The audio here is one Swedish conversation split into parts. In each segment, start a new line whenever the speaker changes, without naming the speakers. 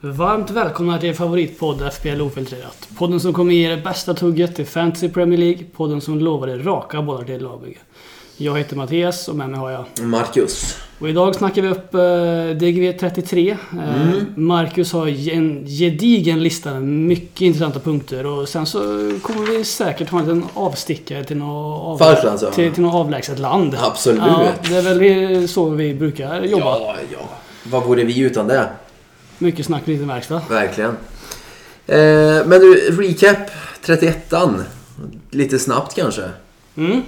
Varmt välkomna till er favoritpodd FPL Ofiltrerat. Podden som kommer ge er det bästa tugget till Fantasy Premier League. Podden som lovar er raka bollar till ett lagbygge. Jag heter Mattias och med mig har jag...
Marcus.
Och idag snackar vi upp eh, DGV33. Eh,
Mm.
Marcus har en gedigen lista med mycket intressanta punkter. Och sen så kommer vi säkert ha en liten avstickare till något,
Farfland, sa
till,
han.
till något avlägset land.
alltså. Absolut.
Ja, det är väl så vi brukar jobba.
Ja, ja. Vad vore vi utan det?
Mycket snack, liten verkstad.
Verkligen. Eh, men du, recap 31an. Lite snabbt kanske.
Mm.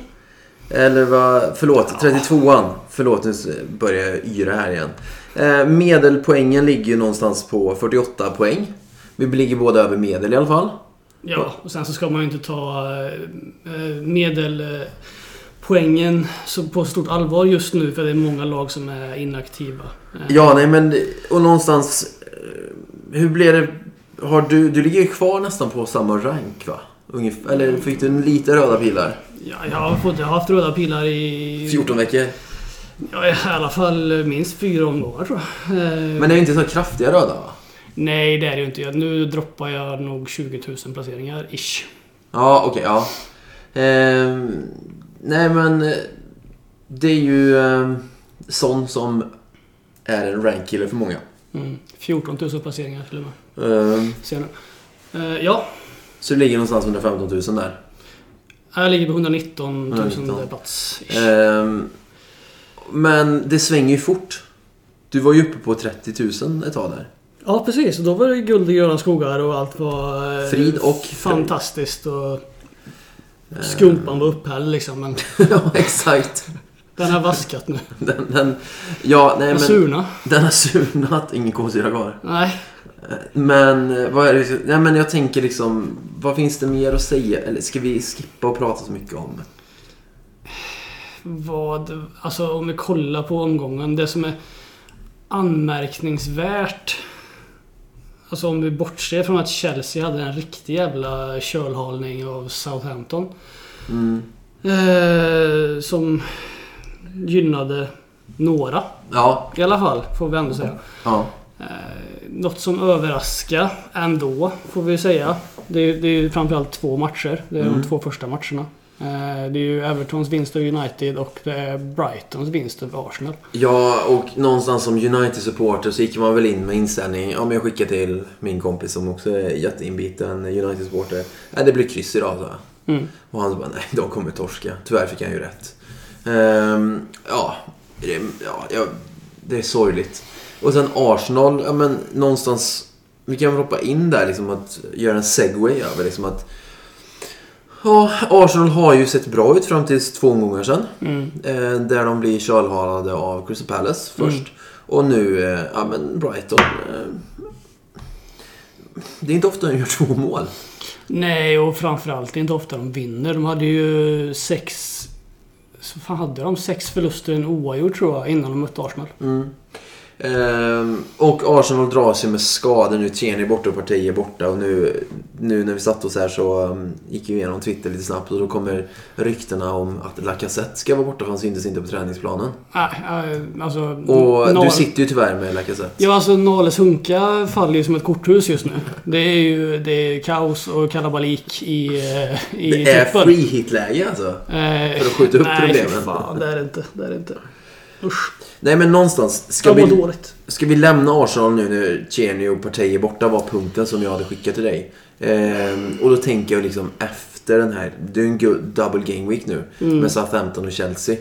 Eller vad, förlåt, 32an. Förlåt, nu börjar jag yra här igen. Eh, medelpoängen ligger ju någonstans på 48 poäng. Vi ligger båda över medel i alla fall.
Ja, och sen så ska man ju inte ta eh, medelpoängen så på stort allvar just nu för det är många lag som är inaktiva. Eh,
Ja, nej men och någonstans... eh, Hur blev det? Har du, du ligger ju kvar nästan på samma rank va? Ungefär, eller fick du en lite röda pilar?
Ja, jag, har fått, jag har haft röda pilar i,
14 veckor.
ja, i alla fall minst fyra omgångar tror jag. Eh,
Men det är ju inte så kraftiga röda va?
Nej, det är det ju inte. Jag- Nu droppar jag nog 20 000 placeringar, ish.
Ja, okej, ja. Ehm, nej men... eh, Det är ju ehm, sånt som är en rankkiller för många.
Mm. 14 000 placeringar till och med.
Ehm,
Ser jag nu. Eh, ja,
så det ligger någonstans 115 000 där.
jag ligger på 119 000
119.
plats. ish.
Ehm, men det svänger ju fort. Du var ju uppe på 30 000 ett tag där.
Ja precis, och då var det guld och gröna skogar och allt var... eh,
Frid och
Fantastiskt och... eh, Skumpan var upphälld liksom men
ja, exakt.
den har vaskat nu.
Den, den, ja, nej
Den
men...
surna.
Den har surnat, ingen kolsyra kvar.
Nej.
Men eh, vad är det, nej, men jag tänker liksom, vad finns det mer att säga? Eller ska vi skippa och prata så mycket om?
Vad... Alltså om vi kollar på omgången. Det som är anmärkningsvärt. Alltså om vi bortser från att Chelsea hade en riktig jävla kölhalning av Southampton.
Mm.
Eh, som gynnade några
Ja,
i alla fall, får vi ändå säga.
ja.
Eh, Något som överraskar ändå, får vi säga. Det är, det är ju framförallt två matcher. Det är
Mm.
de två första matcherna. Eh, Det är ju Evertons vinst över United och det är Brightons vinst över Arsenal.
Ja, och någonstans som United-supporter så gick man väl in med inställning. Ja, men jag skickar till min kompis som också är jätteinbiten United-supporter. Nej, det blir kryss idag, så.
Mm.
Och han bara, nej, de kommer torska. Tyvärr fick han ju rätt. Ehm, ja, det, ja, ja, det är sorgligt. Och sen Arsenal, ja men någonstans... Vi kan väl hoppa in där liksom att göra en segway över liksom att... Ja, Arsenal har ju sett bra ut fram tills två omgångar sedan.
Mm.
Eh, där de blir kölhalade av Crystal Palace först.
Mm.
Och nu, eh, ja men Brighton. Eh, det är inte ofta de gör två mål.
Nej, och framförallt det är inte ofta de vinner. De hade ju sex... Så fan hade de? Sex förluster och en oavgjord tror jag, innan de mötte Arsenal.
Mm. Ehm, och Arsenal drar sig med skador nu. Tierney borta och Partey är borta. Och nu, nu när vi satt oss här så um, gick vi igenom Twitter lite snabbt. Och då kommer ryktena om att Lacazette ska vara borta för han syntes inte på träningsplanen.
Nej, eh, alltså...
Och
noll-
du sitter ju tyvärr med Lacazette.
Ja, alltså Nales Hunka faller ju som ett korthus just nu. Det är ju det är kaos och kalabalik i, eh, i
Det är
truppen.
free hit-läge alltså.
Eh,
för att skjuta upp
nej,
problemen.
för fan. Det är det inte. Det är det inte. Usch.
Nej men någonstans. Ska
Jag mår
vi,
dåligt.
ska vi lämna Arsenal nu när Tierney och Partey är borta var punkten som jag hade skickat till dig. Ehm, och då tänker jag liksom efter den här. Det är ju en gu- double game week nu. Med Southampton och Chelsea.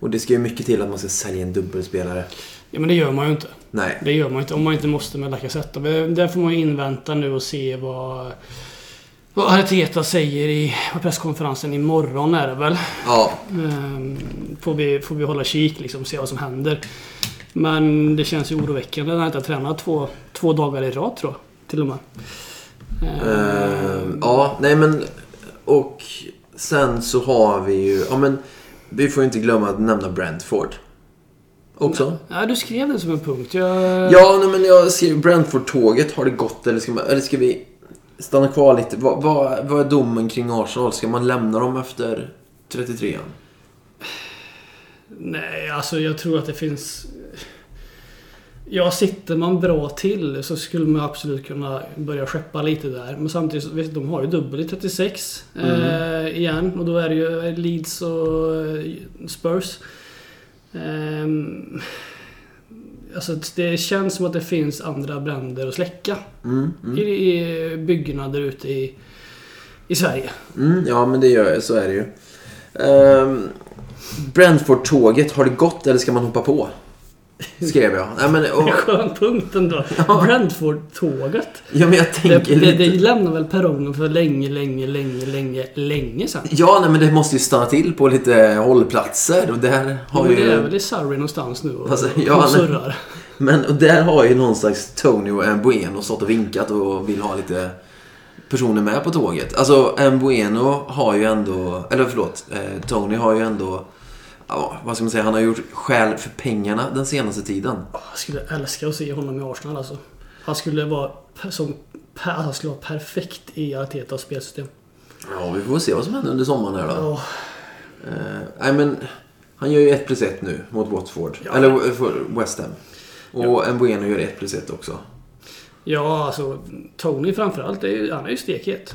Och det ska ju mycket till att man ska sälja en dubbelspelare.
Ja, men det gör man ju inte.
Nej.
Det gör man inte om man inte måste med Lacazette. Men Där får man ju invänta nu och se vad... Vad Arteta säger i på presskonferensen imorgon är det väl.
Ja.
Ehm, Får vi, får vi hålla kik liksom och se vad som händer. Men det känns ju oroväckande när han inte har tränat två, två dagar i rad tror jag. Till och med.
Ehm, ja, nej men... Och sen så har vi ju... Ja men... Vi får ju inte glömma att nämna Brentford. Också.
Ja, du skrev det som en punkt. Jag...
Ja, nej, men jag skriver Brentford-tåget. Har det gått eller ska, man, eller ska vi stanna kvar lite? Vad, vad, vad är domen kring Arsenal? Ska man lämna dem efter 33an?
Nej, alltså jag tror att det finns... Ja, sitter man bra till så skulle man absolut kunna börja skeppa lite där. Men samtidigt, så- visst, de har ju dubbel i 36
Mm.
eh, igen. Och då är det ju Leeds och eh, Spurs. Ehm, alltså, det känns som att det finns andra bränder att släcka
Mm, mm.
i, i byggena där ute i, i Sverige.
Mm, ja, men det gör jag. Så är det ju. Um, Brentford-tåget, har det gått eller ska man hoppa på? Skrev jag. Nej, men,
Det är
och,
Skön punkt ändå. Brentford-tåget.
ja, men jag
Det,
tänker
det, det
lite...
lämnar väl perrongen för länge, länge, länge, länge, länge sedan.
Ja, nej, men det måste ju stanna till på lite hållplatser. Och där
Ja,
har
men det är
ju...
väl i Surrey någonstans nu och,
Alltså,
och
ja, men-
surrar.
Men och där har ju någon slags Tony och Bueno stått och vinkat och vill ha lite personer med på tåget. Alltså, Bueno har ju ändå... Eller förlåt, eh, Tony har ju ändå... Ja, vad ska man säga? Han har gjort skäl för pengarna den senaste tiden.
Jag skulle älska att se honom i Arsenal alltså. Han skulle vara per- som per- han skulle vara perfekt i Artetas spelsystem.
Ja, vi får se vad som händer under sommaren här då.
Ja,
Eh, Nej, men han gör ju 1 plus 1 nu mot Watford.
Ja.
Eller eh, för West Ham. Och Mbueno gör 1 plus 1 också.
ja alltså Tony framförallt, det är, ju- han är ju stekhet.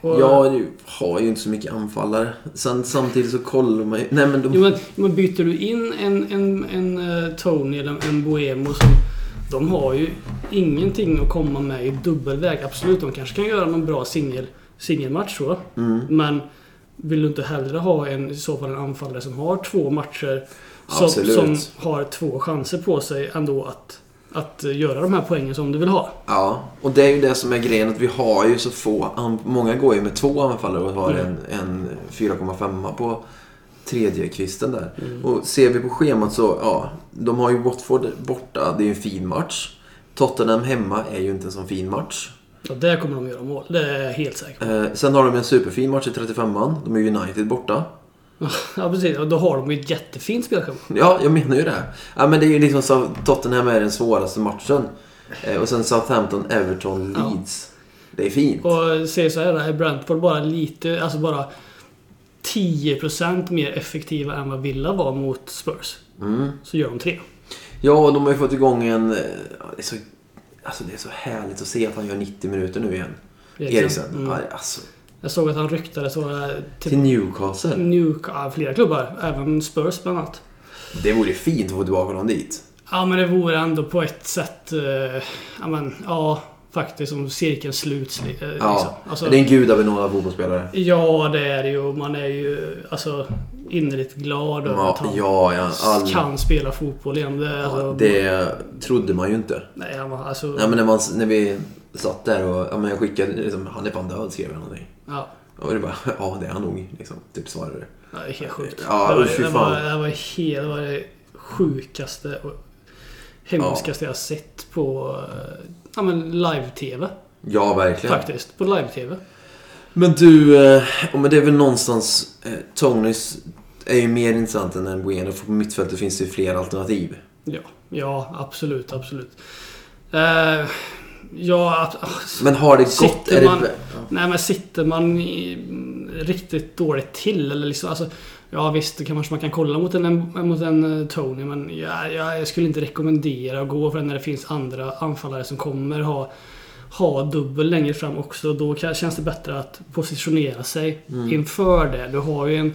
Och-
Jag nu har ju inte så mycket anfallare. Sen, samtidigt så kollar man ju... Nej, men de...
Jo, men, men byter du in en, en, en eh, Tony eller en Boemo som... De har ju ingenting att komma med i dubbelväg. Absolut, de kanske kan göra en bra singel, singelmatch så. Men vill du inte hellre ha en, i så fall en anfallare som har två matcher som,
Absolut.
som har två chanser på sig ändå att, att eh, göra de här poängen som du vill ha?
Ja, och det är ju det som är grejen. Att vi har ju så få... an- Många går ju med två anfallare och har
Mm.
en, en 4,5 på tredje kvisten där.
Mm.
Och ser vi på schemat så, ja. De har ju Watford borta. Det är ju en fin match. Tottenham hemma är ju inte en sån fin match.
Ja, där kommer de göra mål. Det är jag helt säker på.
Eh, sen har de en superfin match i 35an. De är United borta.
Ja, precis. Och då har de ju ett jättefint spelschema.
Ja, jag menar ju det. Ja, men det är ju liksom så Tottenham är den svåraste matchen. Eh, och sen Southampton, Everton,
Ja.
Leeds. Det är fint.
Och säger så här, är Brentford bara lite, alltså bara 10% mer effektiva än vad Villa var mot Spurs.
Mm.
Så gör de tre.
Ja, och de har ju fått igång en... eh, ja, Det är så, alltså det är så härligt att se att han gör 90 minuter nu igen. Eriksen.
Mm.
Ja, Alltså,
Jag såg att han ryktades så
till
till
Newcastle.
Newcastle, ja, flera klubbar. Även Spurs bland annat.
Det vore fint att få tillbaka honom dit.
Ja men det vore ändå på ett sätt, eh, ja men ja faktiskt som cirkeln sluts. li- Eh,
Ja.
liksom. alltså,
Det är en gudabenådad fotbollsspelare.
Ja det är det ju. Man är ju alltså innerligt glad över att
Ja,
han
ja, ja. All,
kan spela fotboll igen. Det, är alltså,
ja, det trodde man ju inte.
Nej, han var- alltså...
Ja, men när, man, när vi satt där och ja, men jag skickade liksom, han är fan död skrev jag någonting.
Ja,
Och det bara, ja det är han nog. Liksom, typ svarade det.
det är helt sjukt.
Ja,
det, var,
fy
det,
fan.
var, det, var helt, det var det sjukaste och hemskaste jag sett på eh, ja, men live-tv.
Ja, verkligen.
Faktiskt. På live-tv.
Men du, eh, ja, men det är väl någonstans, eh, Tonys är ju mer intressant än Bueno. För på mittfältet finns det ju fler alternativ.
Ja, ja absolut, absolut. Eh, ja, ab-
Men har det
Sitter
gått? Är
man-
det,
Nej men sitter man i, mm, riktigt dåligt till eller liksom, alltså, Ja visst, det kanske man kan kolla mot en, mot en eh, Tony men jag, jag, jag skulle inte rekommendera att gå för den när det finns andra anfallare som kommer ha, ha dubbel längre fram också. Då kan, känns det bättre att positionera sig
Mm.
inför det. Du har ju en,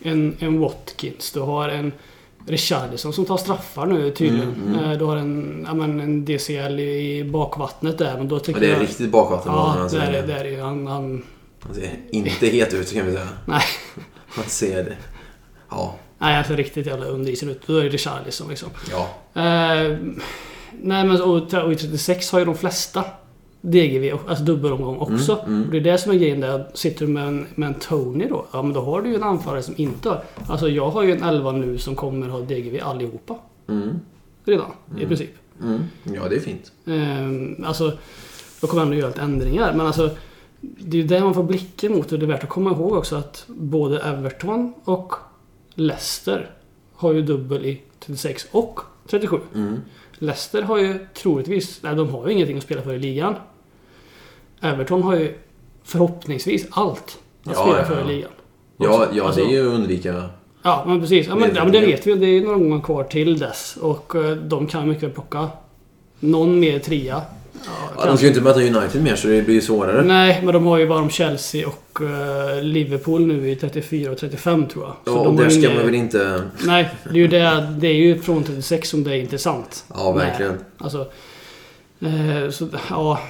en, en Watkins, du har en Richarlison som tar straffar nu tydligen.
Mm,
Eh, Du har en, ja, men en DCL i bakvattnet där. Men då
ja,
tycker
det är
jag,
riktigt bakvatten.
Ja,
han,
det är det. det
ser,
är det ju. Han, han...
han ser inte het ut kan vi säga.
Nej.
Han ser det. Ja,
Nej, han ser riktigt jävla underisen ut. Då är det Richarlison liksom.
ja.
Eh, nej, men och, och i 36 har ju de flesta DGV, alltså dubbelomgång också. Och det är det som är grejen där. Sitter du med en, med en Tony då, ja men då har du ju en anfallare som inte har... Alltså jag har ju en 11 nu som kommer ha DGV allihopa.
Mm,
Redan, i princip.
mm. Ja, det är fint.
Eh, alltså, jag kommer ändå göra lite ändringar. Men alltså, det är ju det man får blicka mot och det är värt att komma ihåg också att både Everton och Leicester har ju dubbel i 36 och 37.
Mm.
Leicester har ju troligtvis, nej de har ju ingenting att spela för i ligan. Everton har ju förhoppningsvis allt att
Ja,
spela
ja,
för
ja.
i ligan.
Ja, ja
Alltså-
det är ju undvika.
Ja, men precis. Ja, men, ja, men det vet vi. Det är ju några gånger kvar till dess. Och eh, de kan mycket väl plocka Någon mer trea.
Ja, de ska ju inte möta United mer så det blir ju svårare.
Nej, men de har ju bara om Chelsea och eh, Liverpool nu i 34 och 35 tror jag.
Ja, och
de har
där
ju
ska
ingen-
man väl inte...
Nej, det är, ju det, det är ju från 36 som det är intressant.
Ja, verkligen.
Nej, Alltså, eh, så, ja,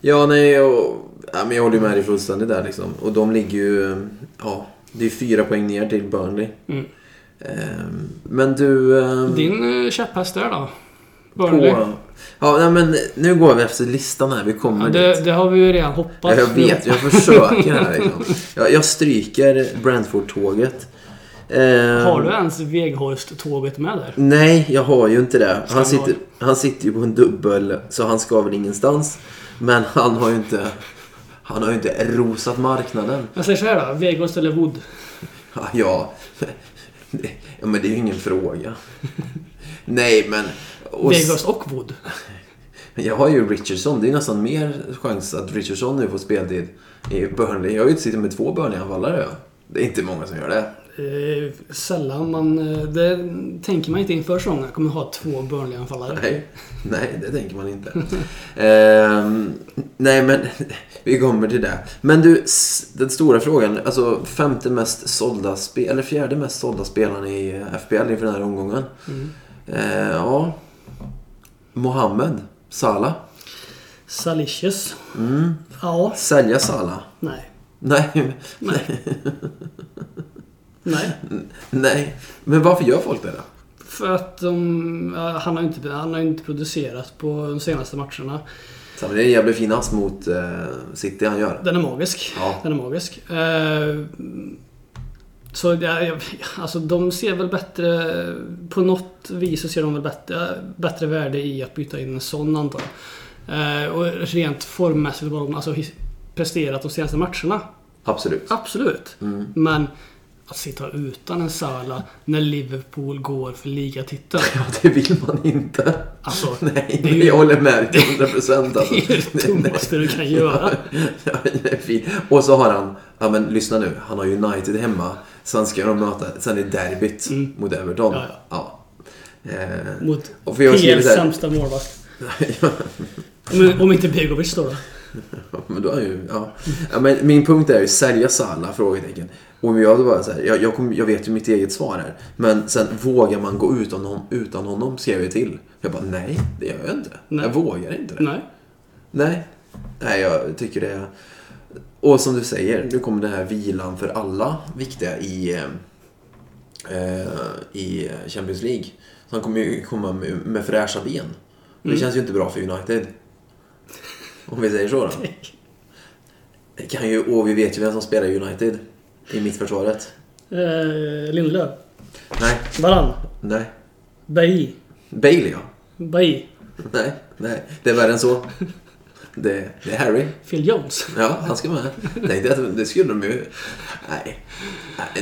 Ja, nej, jag, ja, men jag håller ju med dig fullständigt där liksom. Och de ligger ju... Ja, det är fyra poäng ner till Burnley.
Mm.
Ehm, men du... ehm,
din eh, käpphäst där då? Burnley?
på, Ja, nej, men nu går vi efter listan här. Vi kommer
Ja,
dit.
det, det har vi ju redan hoppat.
Ja, jag vet, jag försöker här liksom. jag, jag stryker Brentford-tåget. Ehm,
Har du ens Veghorst-tåget med där?
Nej, jag har ju inte det. Han
Skandal.
sitter, han sitter ju på en dubbel, så han ska väl ingenstans. Men han har ju inte... Han har ju inte rosat marknaden.
Jag säger så här då, Veghorst eller Wood?
Ja, Ja, Det- ja men det är ju ingen fråga. Nej, men... Och s-
Veghorst och Wood?
jag har ju Richardson. Det är ju nästan mer chans att Richardson nu får speltid i Burnley. Jag har ju sitter med två Burnley-anfallare. ja. Det är inte många som gör det.
Eh, sällan man... Eh, det tänker man inte inför säsongen. Jag kommer ha två Burnley-anfallare.
Nej, nej det tänker man inte. Ehm, nej, men vi kommer till det. Men du, s- den stora frågan. Alltså femte mest sålda spel, eller fjärde mest sålda spelaren i eh, FPL inför den här omgången.
Mm.
Eh, ja. Mohammed Salah.
Salicious?
Mm.
Ja.
Sälja Salah?
Nej.
Nej,
Nej. Nej.
nej. Men varför gör folk det då?
För att de, ja, han, har inte, han har inte producerat på de senaste matcherna.
Så Det är en jävla fin ass mot eh, City han gör.
Den är magisk.
Ja.
Den är magisk. Eh, så ja, jag- alltså, de ser väl bättre... På något vis så ser de väl bättre, bättre värde i att byta in en sån antar jag. Eh, och rent formmässigt vad de alltså, his- presterat de senaste matcherna.
Absolut.
Absolut.
Mm.
Men att sitta utan en Sala när Liverpool går för ligatiteln.
Ja, det vill man inte.
Alltså,
Nej,
Det är ju-
jag håller med dig till 100 procent. Alltså.
det är ju det dummaste du kan göra.
Det är fint. Och så har han, ja men lyssna nu, han har United hemma. Sen ska de möta, sen är det derbyt
Mm.
mot Everton.
Ja,
Ja. Eh,
Mot
och för jag har skrivit
PLs
så här,
sämsta målvakt. Om, om inte Begovic då då?
men då är han ju, ja. ja men min punkt är ju sälja Salah? Frågetecken. Och jag, bara så här, jag, jag, kom, jag vet ju mitt eget svar här. Men sen, vågar man gå utan honom, utan honom skrev jag till. Jag bara, nej, det gör jag inte.
Nej.
Jag vågar inte det.
Nej.
Nej. Nej, jag tycker det. är- Och som du säger, nu kommer den här vilan för alla viktiga i, eh, eh, i Champions League. Så han kommer ju komma med, med fräscha ben. Och Det
Mm.
känns ju inte bra för United. Om vi säger så då. Det kan ju, och vi vet ju vem som spelar i United. I mittförsvaret.
Eh, Lindelöf.
Nej,
Varann.
nej.
Bailly.
Bailey ja.
Bailly.
Nej, nej. Det är värre än så. Det, det är Harry.
Phil Jones.
Ja, han ska med. Tänkte att det skulle de ju... Nej.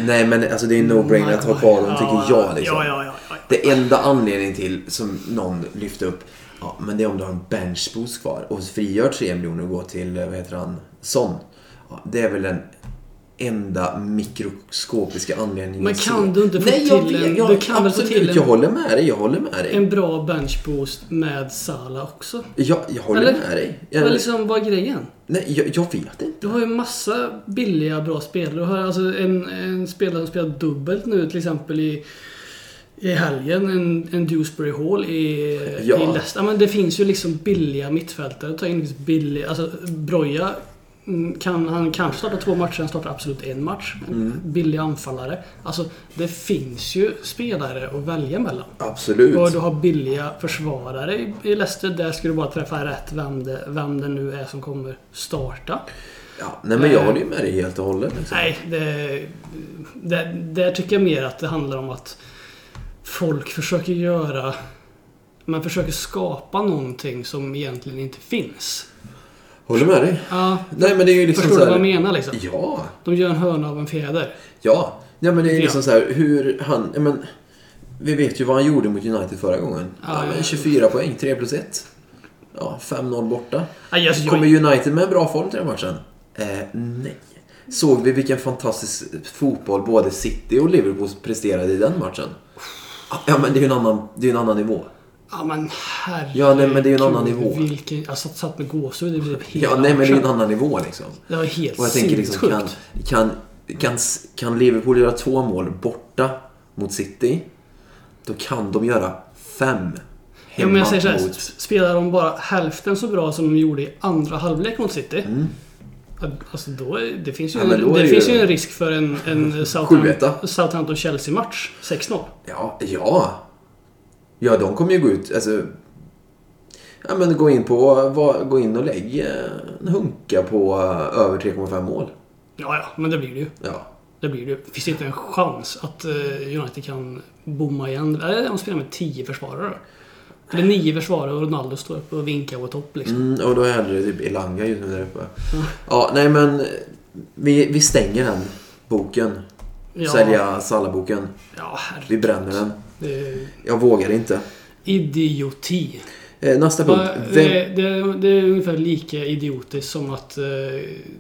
Nej, men alltså det är en no-brainer att ha kvar dem, tycker jag. Liksom.
Mm, Ja, ja, ja. ja, ja.
Det enda anledningen till, som någon lyfte upp, ja, men det är om du har en benchboost kvar och frigör 3 miljoner och går till, eh, vad heter han, Son. Ja, det är väl den enda mikroskopiska anledningen.
Men
så.
kan du inte få
Nej, jag
till
vet,
en-
jag,
du kan väl få
absolut,
till en-
Jag håller med dig, jag håller med dig.
En bra benchboost med Sala också.
Jag, jag håller
Eller-
med dig. Jag,
Men liksom, vad är grejen?
nej, jag, jag vet inte.
Du har ju massa billiga, bra spelare. Du har alltså en, en spelare som spelar dubbelt nu till exempel i, i helgen. En, en Dewsbury Hall i,
Ja.
i Leicester. Ja, Men det finns ju liksom billiga mittfältare. Ta in liksom billiga... Alltså Broja, mm, kan, han kanske startar två matcher, han startar absolut en match. Billig anfallare. Alltså, det finns ju spelare att välja mellan.
Absolut.
Och du har billiga försvarare i- i Leicester. Där ska du bara träffa rätt vem det, vem det nu är som kommer starta.
Ja, nej men jag
Eh,
håller ju med dig helt och hållet. Liksom.
Nej, det, det, där tycker jag mer att det handlar om att folk försöker göra... Man försöker skapa någonting som egentligen inte finns.
Håller med dig.
Ja,
Nej men det är ju liksom
förstår du
så
vad
här,
jag menar liksom?
Ja,
De gör en höna av en fjäder.
ja. Nej men det är ju
Ja.
liksom så här hur han, ja, men vi vet ju vad han gjorde mot United förra gången.
Ja,
Ja,
ja.
men 24 poäng, 3 plus 1. Ja, 5-0 borta.
Aj, alltså, jag,
Kommer United med en bra form till den matchen? Eh, nej. Såg vi vilken fantastisk fotboll både City och Liverpool presterade i den matchen? Ja men det är ju en annan, det är ju en annan nivå.
Ja men herregud.
Ja, nej, men det är ju en annan nivå.
Vilken, jag satt, satt med gåshud i princip hela
Ja, nej men det är ju en
matchen.
annan nivå liksom.
Det var helt
Och jag tänker liksom, kan,
sinnessjukt.
kan, kan, kan Liverpool göra två mål borta mot City, då kan de göra fem
Ja,
hemma
men jag säger så här,
mot...
s- spelar de bara hälften så bra som de gjorde i andra halvlek mot City. ja, Alltså då, är- det finns ju,
Mm. Ja, men då
en, det
är det
finns
ju-
ju en risk för en, en
Sjuetta.
Southampton- Southampton-Chelsea-match. 6-0.
Ja, ja. Ja, de kommer ju gå ut, alltså... Ja, men gå in, på, va- gå in och lägg eh, en hunka på eh, över 3,5 mål.
Ja, ja, men det blir det ju.
Ja.
Det blir det ju. Finns det inte en chans att eh, United kan bomma igen? Eller eh, de spelar med 10 försvarare. då. Eller 9 försvarare och Ronaldo står upp och vinkar på topp liksom.
Mm, och då är det typ Elanga just nu där uppe.
Mm.
Ja, nej men... eh, Vi, vi stänger den boken.
Ja,
Sälja Salla-boken.
Ja,
Vi
herregud.
bränner den.
Det är
Jag vågar inte.
idioti.
Eh, nästa punkt.
Va,
Vem,
det, det, det är ungefär lika idiotiskt som att eh,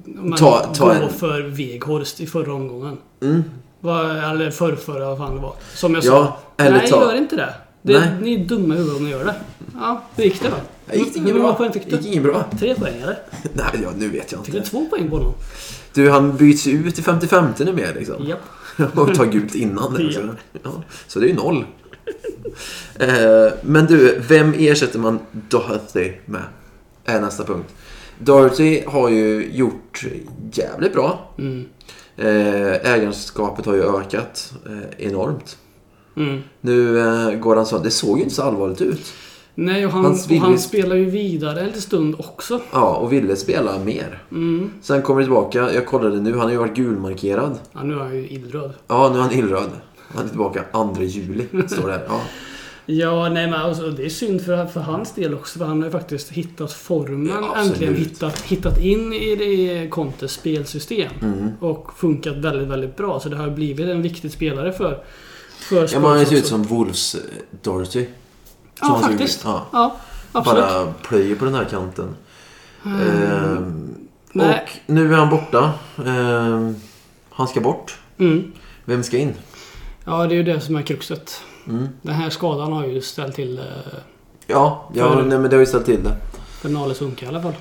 man
Ta- ta
går
en-
för Veghorst i förra omgången.
mm,
Va, eller förrförra, vad fan det var. Som jag
ja,
sa.
eller
Nej,
ta...
gör inte det. det
Nej.
Ni är dumma i huvudet om ni gör det. Ja, hur gick det då?
Nej, gick det
Hur
inget
många
bra?
poäng fick du?
Gick inget bra?
Tre poäng eller?
Nej, ja, nu vet jag
Fick du
inte.
två poäng på honom?
Du, han byts ut i 55 nu med liksom.
Japp.
Och tar gult innan.
Ja.
Alltså. Ja, så det är ju noll. Eh, men du, vem ersätter man Dorothy med? Är nästa punkt. Dorothy har ju gjort jävligt bra.
Mm.
Eh, ägarskapet har ju ökat eh, enormt.
Mm.
Nu eh, går han så. Det såg ju inte så allvarligt ut.
Nej, och han,
Hans
och han
Willis-
spelar ju vidare en liten stund också.
Ja, och ville spela mer.
Mm.
Sen kommer det tillbaka. Jag kollade nu. Han har ju varit gulmarkerad.
Ja, nu är han ju illröd.
Ja, nu är han illröd. Han är tillbaka 2 juli, står det här. Ja.
Ja, nej men alltså, det är synd för, för hans del också. För han har ju faktiskt hittat formen.
Ja, absolut.
äntligen hittat, hittat in i det Contes spelsystem.
Mm.
Och funkat väldigt, väldigt bra. Så det har blivit en viktig spelare för, för
Ja, man
Spurs
ser ut
också.
som Wolves eh, Dorothy.
Ja,
Som han ser ut.
faktiskt.
Ja.
Ja, absolut.
Bara plöjer på den här kanten. Ehm,
Nej.
och nu är han borta. Ehm, han ska bort.
Mm.
Vem ska in?
Ja, det är ju det som är kruxet.
Mm.
Den här skadan har ju ställt till eh,
Ja, ja
För-
nej, men det har ju ställt till det.
för Nales Unka i alla fall.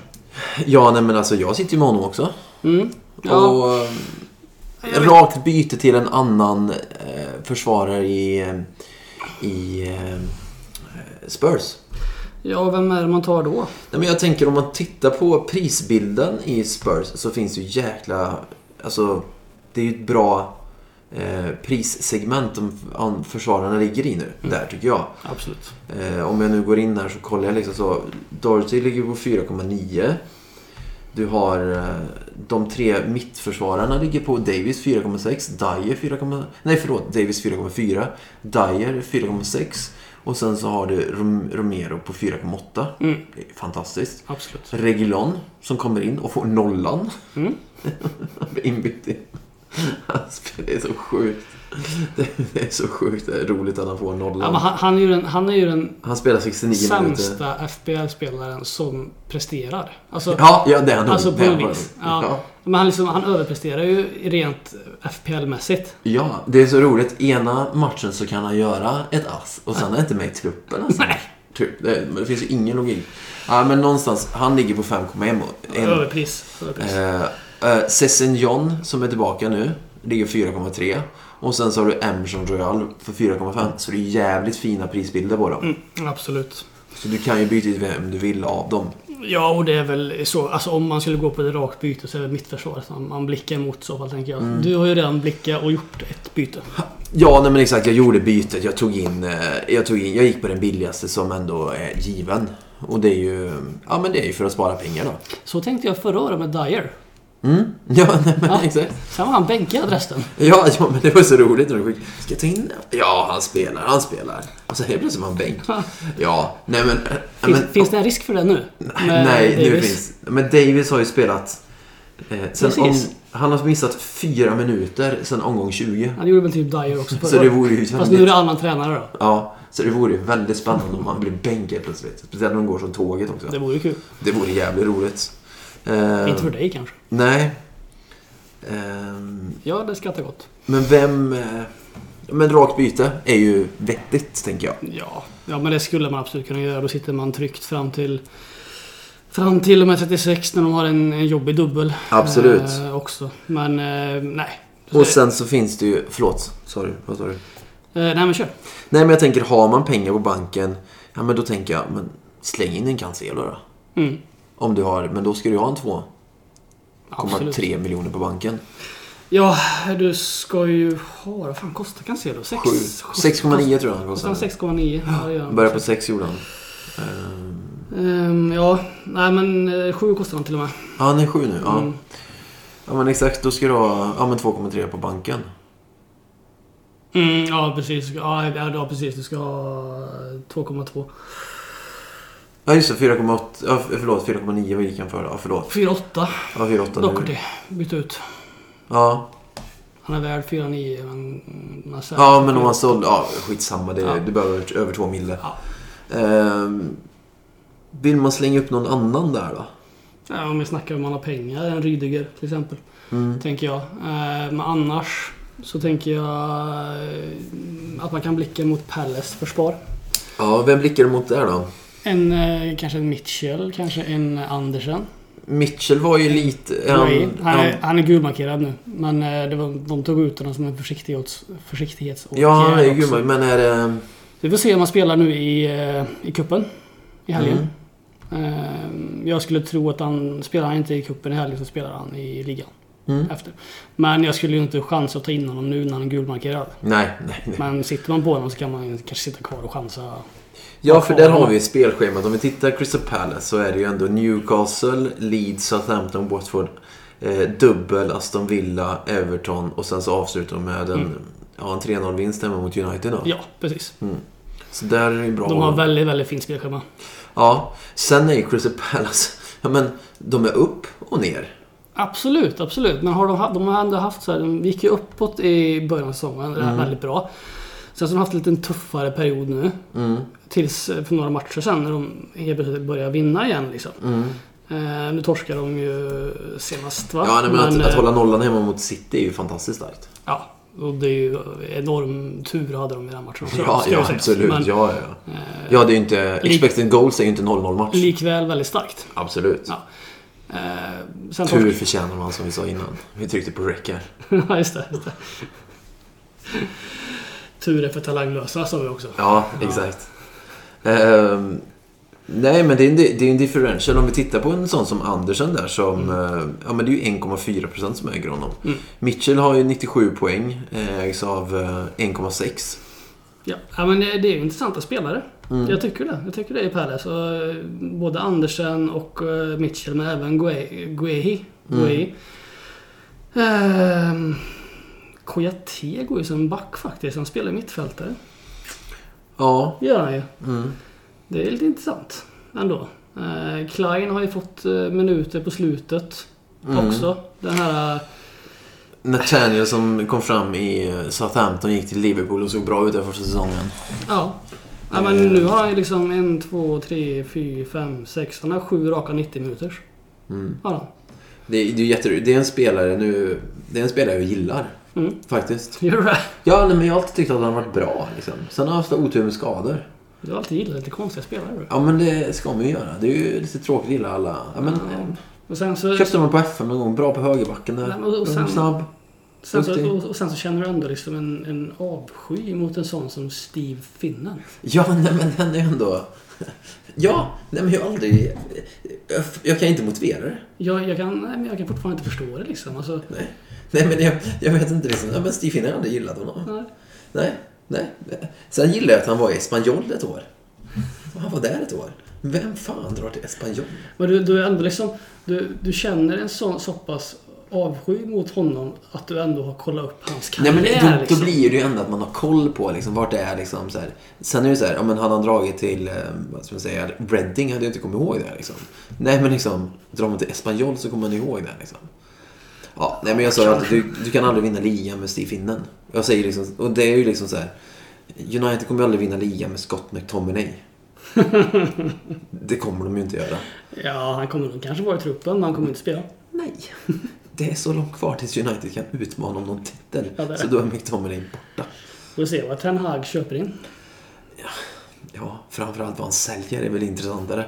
Ja, nej, men alltså jag sitter ju med honom också.
Mm. Ja.
Och,
Jag
eh,
vet.
rakt byte till en annan eh, försvarare i, eh, i eh, Spurs.
Ja, vem är det man tar då?
Nej, men jag tänker om man tittar på prisbilden i Spurs så finns det ju jäkla... Alltså, det är ju ett bra eh, prissegment de an- försvararna ligger i nu.
Mm.
Där tycker jag.
Absolut.
Eh, om jag nu går in här så kollar jag liksom så. Dorothy ligger på 4,9. Du har eh, de tre mittförsvararna ligger på Davis 4,6, Dyer 4,0. Nej förlåt, Davis 4,4, Dyer 4,6 och sen så har du Rom- Romero på 4,8.
Mm.
Det är Fantastiskt.
Absolut.
Regulon som kommer in och får nollan.
Mm.
Han blir inbytt i. Alltså, Det är så sjukt. Det det är så sjukt det är roligt att han får
Ja, men
nollan.
han, han är ju den, han är ju den
Han spelar 69 minuter.
sämsta FBL-spelaren som presterar. Alltså,
Ja, ja det är han nog.
alltså
Det
på
är
en
han
vis.
nog.
Ja. Men han, liksom, han överpresterar ju rent FPL-mässigt.
ja, det är så roligt. Ena matchen så kan han göra ett ass och sen är han inte med i truppen. Alltså.
Nej.
Typ. Det, men det finns ju ingen logik. Ja, men någonstans, han ligger på 5,1. och- en-
Överpris. Överpris.
Eh, Sessin John som är tillbaka nu ligger 4,3. Och sen så har du Emerson Royal för 4,5. Så det är jävligt fina prisbilder på dem.
Mm, absolut.
Så du kan ju byta ut vem du vill av dem.
Ja, och det är väl så. Alltså om man skulle gå på ett rakt byte så är det mitt försvar som man blickar emot i så fall, tänker jag.
Mm.
Du har ju redan blickat och gjort ett byte.
Ja, nej men exakt. Jag gjorde bytet. Jag tog in... eh, Jag, tog in, jag gick på den billigaste som ändå är given. Och det är ju... Ja, men det är ju för att spara pengar då.
Så tänkte jag förra året med Dyer.
Mm. Ja, nej, men
Ja.
exakt.
Sen var han bänkad resten.
Ja, ja, men det var så roligt när de skickade. Ska jag ta in Ja, han spelar, han spelar. Och sen helt plötsligt var han bänk. Ja, nej men... eh, nej,
Finns,
men
finns det en risk för det nu? Med
Nej, nu
Davis?
finns... Men Davis har ju spelat... Eh, sen om,
Precis.
han har missat fyra minuter sen omgång 20.
Han gjorde väl typ Dyer också
Så
förra
det
året.
vore ju
Fast nu är
väldigt...
det annan tränare då.
Ja, så det vore ju väldigt spännande om han blir bänkad plötsligt. Speciellt om de går som tåget också.
Det vore kul.
Det vore jävligt roligt. Eh,
Inte för dig kanske.
Nej. Ehm,
Ja, det skrattar gott.
men vem... Eh, men rakt byte är ju vettigt, tänker jag.
Ja, Ja men det skulle man absolut kunna göra. Då sitter man tryggt fram till Fram till och med 36 när de har en, en jobbig dubbel.
Absolut.
Eh, också. Men eh, nej.
Och sen så finns det ju... Förlåt. Sorry. Vad sa du?
Eh, nej men kör.
Nej, men jag tänker, har man pengar på banken, ja men då tänker jag, men släng in en Cancelo då.
Mm,
Om du har, men då ska du ha en
absolut.
2,3 miljoner på banken.
Ja, du ska ju ha... Vad fan kostar Cancelo? Sex-
Sju.
kostar-
6,9 tror jag han
kostar han
kostade.
6,9. Ja, det gör han.
Börjar på 6 gjorde han. Ehm,
Ehm, ja, nej men eh, sju kostar han till och med.
Ja, han är 7 nu. Ja.
Mm.
ja, men exakt. Då ska du ha ja, men 2,3 på banken.
Mm, ja, precis. Ja, ja, ja, precis. Du ska ha eh, 2,2.
Ja, just det. 4,8. Ja, förlåt. 4,9 vad gick han för? Ja, förlåt.
4,8
Ja, 4,8 nu.
Doherty. Bytt ut.
Ja.
Han är värd 4,9 men... mm, man säger-
ja, men om man sålde... Ja, skitsamma. Det,
Ja.
Du behöver över 2 mille.
Ja.
Ehm, vill man slänga upp någon annan där då?
Ja, om vi snackar om man har pengar. En Rydiger till exempel.
Mm.
Tänker jag. Eh, men annars så tänker jag eh, att man kan blicka mot Palace försvar.
Ja, vem blickar du mot där då?
En, eh, kanske en Mitchell, kanske en Andersen.
Mitchell var ju lite...
Han,
Han,
han, är,
han,
han är gulmarkerad nu. Men eh, det var, de tog ut honom som en försiktighets, försiktighetsåtgärd
ja, han är ju
också.
grym, men är det...
Vi får se om han spelar nu i, eh, i kuppen i helgen.
Mm.
Eh, Jag skulle tro att han, spelar han inte i kuppen i helgen så spelar han i ligan
Mm.
efter. Men jag skulle ju inte chansa att ta in honom nu när han är gulmarkerad.
Nej, nej, nej.
Men sitter man på honom så kan man ju kanske sitta kvar och chansa.
Ja, för där har vi ju spelschemat. Om vi tittar Crystal Palace så är det ju ändå Newcastle, Leeds, Southampton, Watford. Eh, dubbel, Aston Villa, Everton och sen så avslutar de med en, ja, en 3-0-vinst hemma mot United då.
Mm. Ja, precis.
Så där är det ju bra.
De har väldigt, väldigt fint spelschema.
Ja, sen är ju Crystal Palace... Ja, men de är upp och ner.
Absolut, absolut. Men har de, ha- de har ändå haft så här, de gick ju uppåt i början av säsongen. Det
Mm.
är väldigt bra. Sen så har de haft en liten tuffare period nu.
Mm.
Tills eh, för några matcher sen när de helt plötsligt börjar vinna igen liksom.
Mm.
Eh, nu torskar de ju senast va?
Ja, nej, men, att, att
eh,
hålla nollan hemma mot City är ju fantastiskt starkt.
Ja, och det är ju enorm tur hade de i den matchen också.
Ja,
ska ju
ja
sägas.
absolut.
Men eh,
ja, ja, ja. ja, det är ju inte... Expected goals är ju inte 0-0-match.
likväl väldigt starkt.
Absolut.
Ja. Eh, sen
Tur förtjänar man som vi sa innan. Vi tryckte på rec här.
ja, just det. Just det. Tur är för talanglösa sa vi också.
Ja, exakt. Ehm, nej, men det är, en, di- det är en differential. Om vi tittar på en sån som Andersen där som... eh, ja, men det är ju 1,4% som äger honom. Mitchell har ju 97 poäng. eh, Ägs av eh, 1,6.
Ja, ja men det, det är ju intressanta spelare. Jag tycker det. Jag tycker det i Palace. Och, eh, både Andersen och eh, Mitchell, men även Guehi. Guehi. Guehi. Ehm, Kouyaté går ju som back faktiskt. Han spelar mittfältare.
Ja.
Det gör han ju.
Mm.
Det är lite intressant ändå. Eh, Klein har ju fått eh, minuter på slutet också. Den här... eh,
Nathaniel som kom fram i eh, Southampton gick till Liverpool och såg bra ut där första säsongen.
Ja. ja men nu har han ju liksom en, två, tre, fyra, fem, sex. Han har sju raka 90 minuters.
Mm.
Har han.
Det, är- det, är jätte, det är en spelare nu... Det är en spelare jag gillar.
Mm.
Faktiskt.
Gör du det?
Ja, nej, men jag har alltid tyckt att han har varit bra. Liksom. Sen har han haft otur med skador.
Du har alltid gillat lite konstiga spelare. du.
Ja, men det ska man ju göra. Det är ju lite tråkigt att gilla alla. Ja, men,
Och sen så,
eh, Köpte man på FM någon gång. Bra på högerbacken där.
Nej, men och sen-
Mm, Snabb.
sen
duktig.
så, och, och sen så känner du ändå liksom en, en avsky mot en sån som Steve Finnan.
Ja, nej, men han är ju ändå... Ja, nej, men jag har aldrig... Jag, jag kan inte motivera det.
Jag, jag, kan, nej, men jag kan fortfarande inte förstå det liksom. Alltså,
Nej, nej men jag, jag vet inte. Liksom. Ja, men Steve Finner har aldrig gillat honom.
nej.
Nej, nej. nej. Sen gillade jag att han var i Espanyol ett år. Han var där ett år. Vem fan drar till Espanyol?
Men du, du är ändå liksom, du, du känner en sån så pass avsky mot honom att du ändå har kollat upp hans
Nej,
karriär.
men då,
liksom.
då blir det ju ändå att man har koll på liksom, vart det är. Liksom, så här. Sen är det så här, ja, men hade han dragit till eh, vad ska man säga, Reading hade jag inte kommit ihåg det. här, Liksom. Nej, men liksom, drar man till Espanyol så kommer man ihåg det. här, Liksom. Ja, nej, men jag sa ju alltid, du, du kan aldrig vinna ligan med Steve Finnen. Jag säger liksom, och det är ju liksom så här, United kommer ju aldrig vinna ligan med Scott McTominay. det kommer de ju inte göra.
Ja, han kommer nog kanske vara i truppen, men han kommer inte spela.
Nej. Det är så långt kvar tills United kan utmana om någon titel.
Ja, det är det.
så då är McTominay borta.
Vi får se vad Ten Hag köper in.
ja, framförallt vad han säljer är väl intressantare.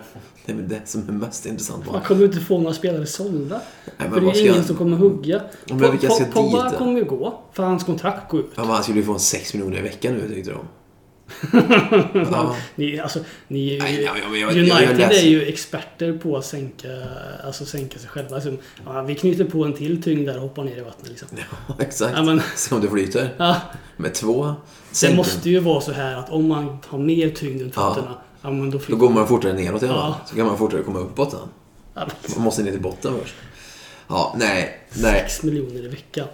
Det är väl det som är mest intressant.
Man
Vad-
kommer inte få några spelare sålda.
Nej,
För det
vad
är
ska
ingen
han-
som kommer hugga.
Men vilka ska
Po- Po- Pogba
dit då?
kommer ju gå, för hans kontrakt går ut.
Ja, men han skulle ju få 6 miljoner i veckan nu tyckte de. ja.
Ni, alltså, ni är ju,
Nej, ja, men jag- jag- jag
United
läser.
är ju experter på att sänka, alltså, sänka sig själva. Alltså, ja, vi knyter på en till tyngd där och hoppar ner i vattnet. Liksom.
ja, exakt.
Ja, men,
Se om det flyter.
ja,
Med två.
det
Sen
måste ju vara så här att om man har mer tyngd än fötterna, ja. men då
Då
flyttar
går man fortare neråt i alla fall.
Ja.
Så kan man fortare komma uppåt sen.
man.
Man måste ner till botten först. Ja, nej, nej.
6 miljoner i veckan.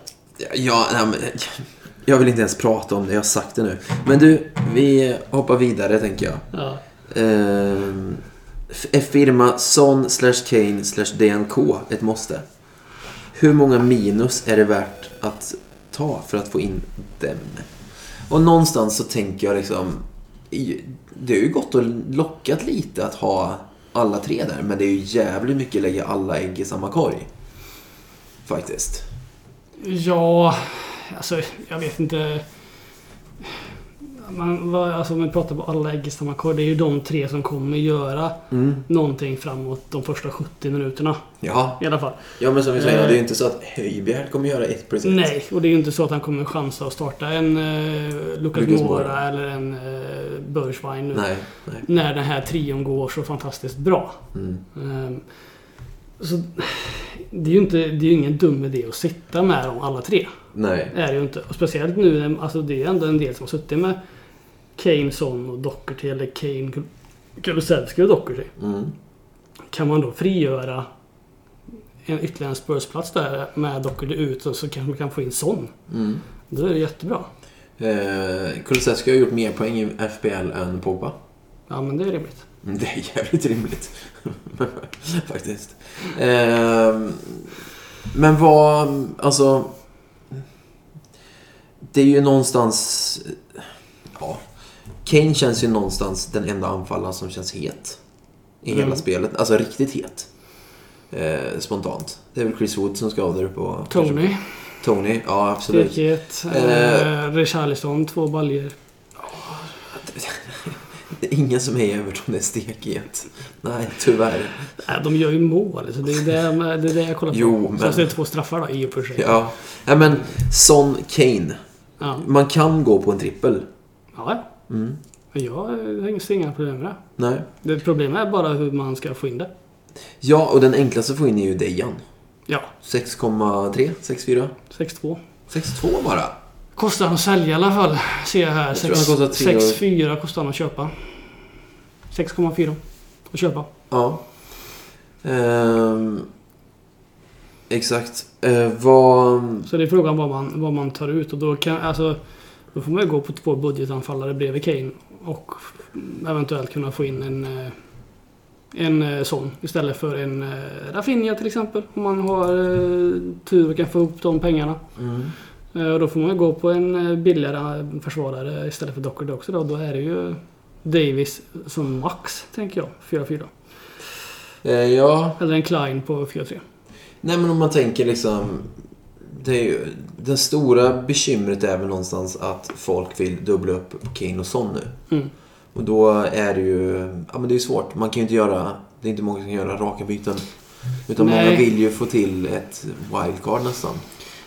Ja, nej men, jag vill inte ens prata om det, jag har sagt det nu. Men du, vi hoppar vidare tänker jag.
Ja.
Ehm, f- firma Son slash Kane slash DNK ett måste. Hur många minus är det värt att ta för att få in dem? Och någonstans så tänker jag liksom... i- Det är ju gott och lockat lite att ha alla tre där, men det är ju jävligt mycket att lägga alla ägg i samma korg. Faktiskt.
Ja, alltså jag vet inte. Man, vad- alltså, om man pratar på alla ägg i samma korg. Det är ju de tre som kommer göra
Mm.
någonting framåt de första 70 minuterna.
Ja.
I alla fall.
ja, men som vi säger, det är ju inte så att Höjbjerg kommer göra ett procent.
Nej, och det är ju inte så att han kommer chansa att starta en eh, Lucas
Lucas Moura.
Moura eller en eh, Bergwijn nu.
Nej, nej.
När den här trion går så fantastiskt bra.
Mm.
Ehm, så det är ju inte, det är ju ingen dum idé att sitta med dem alla tre.
nej.
är det ju inte. Och speciellt nu, när- alltså det är ändå en del som har suttit med Kane, Son och Docherty eller Kane, Kul- Kulusevski och Docherty.
Mm.
Kan man då frigöra en ytterligare en Spurs-plats där med Docherty ut och så kanske man kan få in Son.
Mm.
Då är det jättebra.
Eh, Kulusevski har gjort mer poäng i FPL än Pogba.
Ja men det är rimligt.
Mm, Det är jävligt rimligt. Faktiskt. Eh, men vad, alltså... Det är ju någonstans... Ja. Kane känns ju någonstans den enda anfallaren som känns het. I hela
Mm.
spelet. Alltså riktigt het. Eh, spontant. Det är väl Chris Wood som ska av där uppe och...
Tony,
Tony, ja absolut.
Stekhet,
Eh.
eh, Richarlison, två baljer.
Det är ingen som är i Everton, det är stekhet. Nej, tyvärr.
Äh, de gör ju mål, så det är det, med, det, är det jag kollar på.
Jo, men-
Sen så är det två straffar då, i och för sig.
Ja, Nej, men Son Kane.
Ja.
Man kan gå på en trippel.
ja.
Mm.
Men Jag eh, ser inga problem med det.
Nej.
Det problemet är bara hur man ska få in det.
Ja, och den enklaste att få in är ju Dejan.
Ja,
6,3, 6,4,
6-2.
6,2 bara.
Kostar han att sälja i alla fall, ser jag här.
tror han
Sex-
kostar tre och-
6-4 kostar han att köpa. 6,4 att köpa.
Ja. Ehm, exakt. Eh, vad...
Så det är frågan vad man, vad man tar ut och då kan, alltså... Då får man ju gå på två budgetanfallare bredvid Kane och eventuellt kunna få in en... eh, En eh, sån istället för en eh, Rafinha till exempel. Om man har eh, tur och kan få upp de pengarna.
Mm.
Eh, Och då får man ju gå på en eh, billigare försvarare istället för Doherty också då. Då är det ju Davis som max, tänker jag. 4-4.
Eh, ja,
Eller en Klein på 4-3.
nej men om man tänker liksom... Det är ju, det stora bekymret är väl någonstans att folk vill dubbla upp på Kane och Son nu.
Mm.
Och då är det ju... Ja men det är ju svårt. Man kan ju inte göra... Det är inte många som kan göra raka byten. Utan
Nej.
många vill ju få till ett wildcard nästan.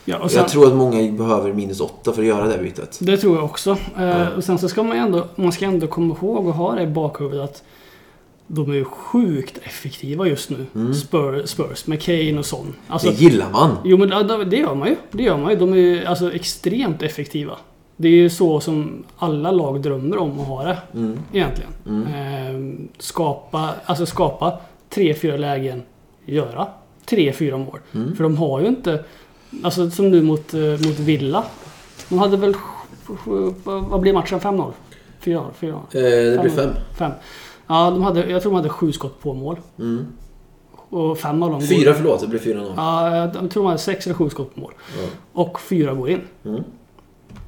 Ja, och sen,
Jag tror att många behöver minus åtta för att göra det bytet.
Det tror jag också. Eh,
Ja.
Och sen så ska man ju ändå, man ska ändå komma ihåg och ha det i bakhuvudet att de är ju sjukt effektiva just nu. Spurs, Spurs med Kane och Son. Alltså,
det gillar man!
Jo men det- det gör man ju. Det gör man ju. De är ju alltså extremt effektiva. Det är ju så som alla lag drömmer om att ha det.
Mm.
Egentligen. Ehm, skapa, alltså skapa tre, fyra lägen. Göra tre, fyra mål.
Mm.
För de har ju inte... Alltså som nu mot, eh, mot Villa. De hade väl... sj- sj- Vad blir matchen? 5-0? 4-0? 4-0?
Eh, det blir fem.
Fem. Ja, de hade, jag tror de hade sju skott på mål.
Mm.
Och fem av dem går-
Fyra förlåt, det blir fyra noll.
Ja, jag tror de hade sex eller sju skott på mål.
Ja.
Och fyra går in.
Mm.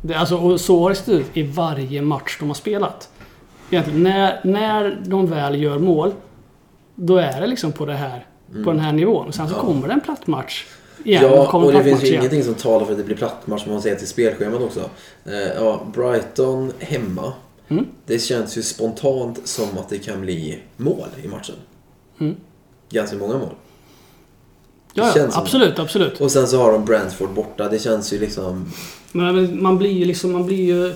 Det, alltså, och så har det sett ut i varje match de har spelat. Egentligen, när, när de väl gör mål, då är det liksom på, det här, på den här nivån. Sen så
Mm. Ja.
kommer det en platt match. Igen,
Ja,
kommer
och
en platt
det finns
match
ju
igen.
ingenting som talar för att det blir plattmatch som man ser till spelschemat också. Eh, ja, Brighton hemma.
Mm.
Det känns ju spontant som att det kan bli mål i matchen.
Mm.
Ganska många mål.
Ja, ja
känns som
absolut, absolut.
Och sen så har de Brentford borta. Det känns ju liksom
Men man blir ju liksom, man blir ju...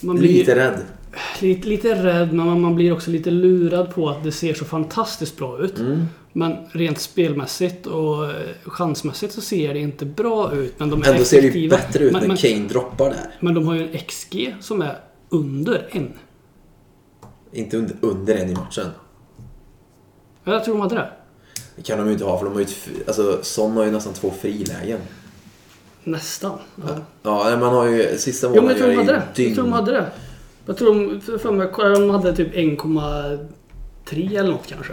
Man blir
lite rädd.
lite, lite rädd, men man- man blir också lite lurad på att det ser så fantastiskt bra ut.
Mm.
Men rent spelmässigt och eh, chansmässigt så ser det inte bra ut. Men de är
Ändå ser det ju
effektiva.
bättre ut
men,
när
men,
Kane droppar där.
men de har ju en XG som är under en.
Inte under, under en i matchen.
Jag tror de hade det.
Det kan de ju inte ha för de har ju ett, f- alltså, Son har ju nästan två frilägen.
Nästan. Ja.
Ja, man har ju sista
Jo, men
målet
jag tror de hade det.
dygn.
Jag tror de hade det. Jag tror de, för- för mig, de hade typ 1,3 eller något kanske.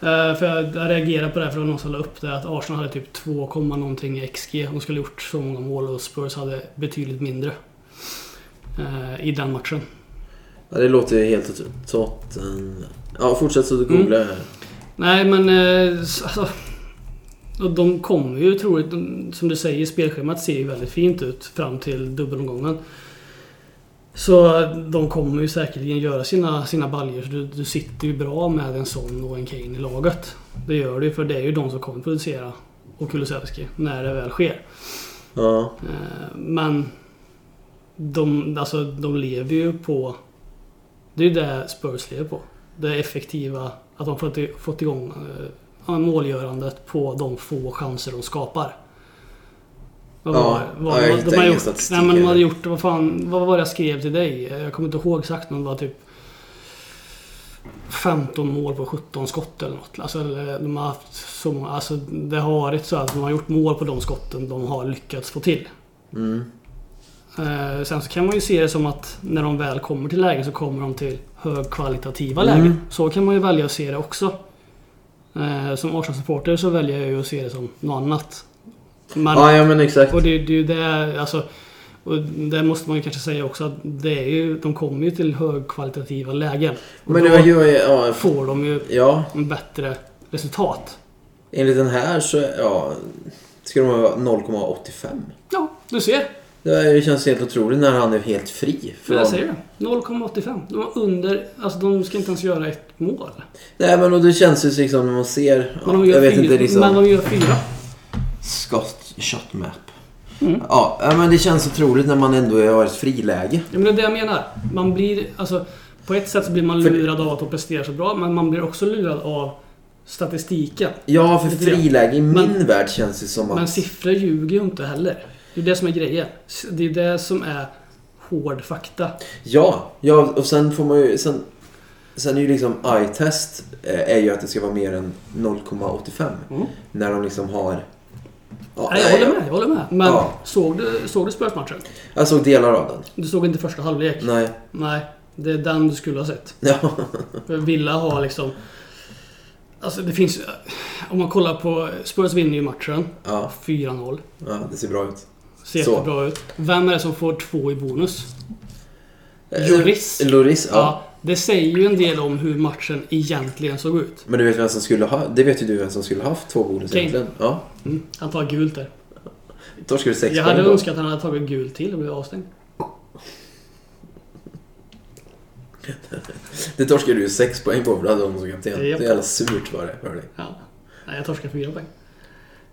Eh, för jag, jag reagerade på det här för det var någon som la upp det att Arsenal hade typ 2, komma någonting i XG. De skulle ha gjort så många mål och Spurs hade betydligt mindre. eh, I den matchen.
Ja, det låter ju helt otroligt. Totten... Ja, fortsätt så
Mm.
googla här.
Nej men eh, s- alltså. och De kommer ju troligt, de- som du säger, spelschemat ser ju väldigt fint ut fram till dubbelomgången. Så eh, de kommer ju säkerligen göra sina, sina baljor. Så du, du sitter ju bra med en sån och en Kane i laget. Det gör du ju, för det är ju de som kommer producera och Kulusevski när det väl sker.
Ja.
Eh, Men de, alltså, de lever ju på... Det är ju det Spurs lever på. Det effektiva, att de fått, i- fått igång eh, ja, målgörandet på de få chanser de skapar. Vad
Ja,
var det?
ja,
Vad-
jag
vad-
hittar
de har
ingen
gjort-
statistik
Nej men de hade
heller.
gjort, vad fan, vad var det jag skrev till dig? Eh, Jag kommer inte ihåg exakt men det var typ 15 mål på 17 skott eller något. Alltså, eller de har haft så många, alltså, det har varit så att de har gjort mål på de skotten de har lyckats få till.
Mm.
Eh, sen så kan man ju se det som att när de väl kommer till lägen så kommer de till högkvalitativa
Mm.
lägen. Så kan man ju välja att se det också. Eh, som Arsenal-supporter så väljer jag ju att se det som något annat. Man,
Ja, ja, men exakt.
och det, det är ju det, alltså, och det måste man ju kanske säga också att det är ju, de kommer ju till högkvalitativa lägen. Och
Men
då
det gör ju... Ja, f-
får de ju
ja,
en bättre resultat.
enligt den här så... Ja, ska de ha 0,85.
Ja, du ser.
Det här- Det känns helt otroligt när han är helt fri. Från...
Jag säger det. 0,85. De var under, alltså de ska inte ens göra ett mål.
Nej, men och det känns ju liksom när man ser...
Men
Ja,
de gör
jag vet
fyra.
inte liksom...
Men de gör fyra.
Scott shot map.
Mm.
Ja, ja, men det känns otroligt när man ändå har ett friläge.
Ja, men det är det jag menar. Man blir, alltså, på ett sätt så blir man
För-
lurad av att de presterar så bra, men man blir också lurad av statistiken.
Ja, för
Lite grann.
friläge i min
Men-
värld känns det som att...
Men siffror ljuger ju inte heller. Det är det som är grejen. Det är det som är hård fakta.
Ja, ja och sen får man ju... Sen, sen är ju liksom eye-test eh, är ju att det ska vara mer än 0,85.
Mm.
När de liksom har... Ja,
Nej, jag håller med, jag håller med. Men
Ja.
såg du, såg du Spurs-matchen?
Jag såg delar av den.
Du såg inte första halvlek?
Nej.
Nej, det är den du skulle ha sett.
Ja.
För Villa har liksom... Alltså det finns... Om man kollar på... Spurs vinner ju matchen.
Ja,
4-0.
ja, det ser bra ut.
Ser
Så.
jättebra ut. Vem är det som får två i bonus?
Eh,
Lloris.
Lloris, ja.
Ja, det säger ju en del om hur matchen egentligen såg ut.
Men du vet vem som skulle ha... Det vet ju du vem som skulle haft två bonus
Kane.
egentligen. Ja.
Mm. Han tar gult där.
Torskar du sex
Jag hade
poäng då.
önskat att han hade tagit gult till och blivit avstängd.
Det torskar du ju sex poäng på för du hade honom som kapten.
Japp.
Det är jävla surt var det. Hör dig.
Ja. Nej, jag torskar fyra poäng.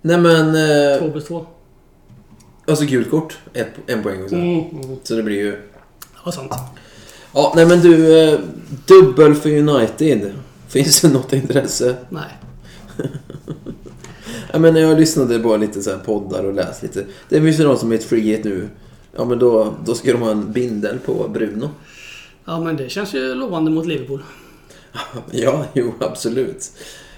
Nej men... Eh,
Två plus två.
alltså gult kort. Ett, en poäng också.
Mm. Mm.
Så det blir ju...
Ja, sant.
Ja, nej men du, eh, dubbel för United. Finns det något intresse?
Nej.
Jag menar, jag lyssnade bara lite så här poddar och läst lite. Det finns ju någon som är ett free hit nu. Ja, men då, då ska de ha en bindel på Bruno.
Ja, men det känns ju lovande mot Liverpool.
Ja, jo, absolut.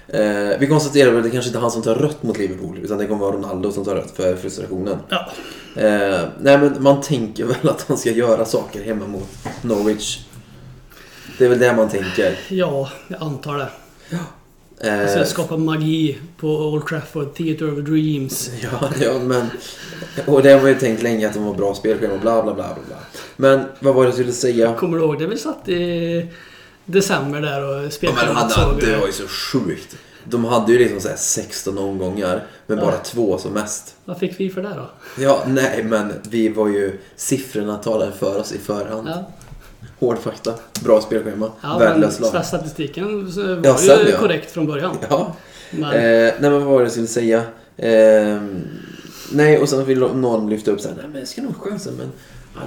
Eh, vi konstaterar väl att det kanske inte är han som tar rött mot Liverpool, utan det kommer vara Ronaldo som tar rött för frustrationen.
Ja.
Eh, nej, men man tänker väl att han ska göra saker hemma mot Norwich. Det är väl det man tänker.
Ja, jag antar det. Alltså,
Eh,
Jag ska skapa magi på Old Trafford, Theatre of Dreams.
Ja, ja, men... Och det har man ju tänkt länge att de var bra spelschema och bla, bla, bla, bla, bla. Men vad var det jag skulle säga?
Kommer du ihåg det vi satt i december där och
Ja,
spelade?
men hade, det var ju så sjukt. De hade ju liksom så här 16 omgångar, men bara
Ja.
två som mest.
Vad fick vi för det då?
Ja, nej, men vi var ju... Siffrorna talade för oss i förhand.
Ja.
Hård fakta. Bra spelschema.
Ja,
Värdelös
men
lag.
statistiken så var
Ja, sen,
ju
ja.
korrekt från början.
Ja.
Men,
Eh, nej men vad var det jag skulle säga? Eh, nej och sen vill någon lyfta upp så här, nej men jag ska nog chansa men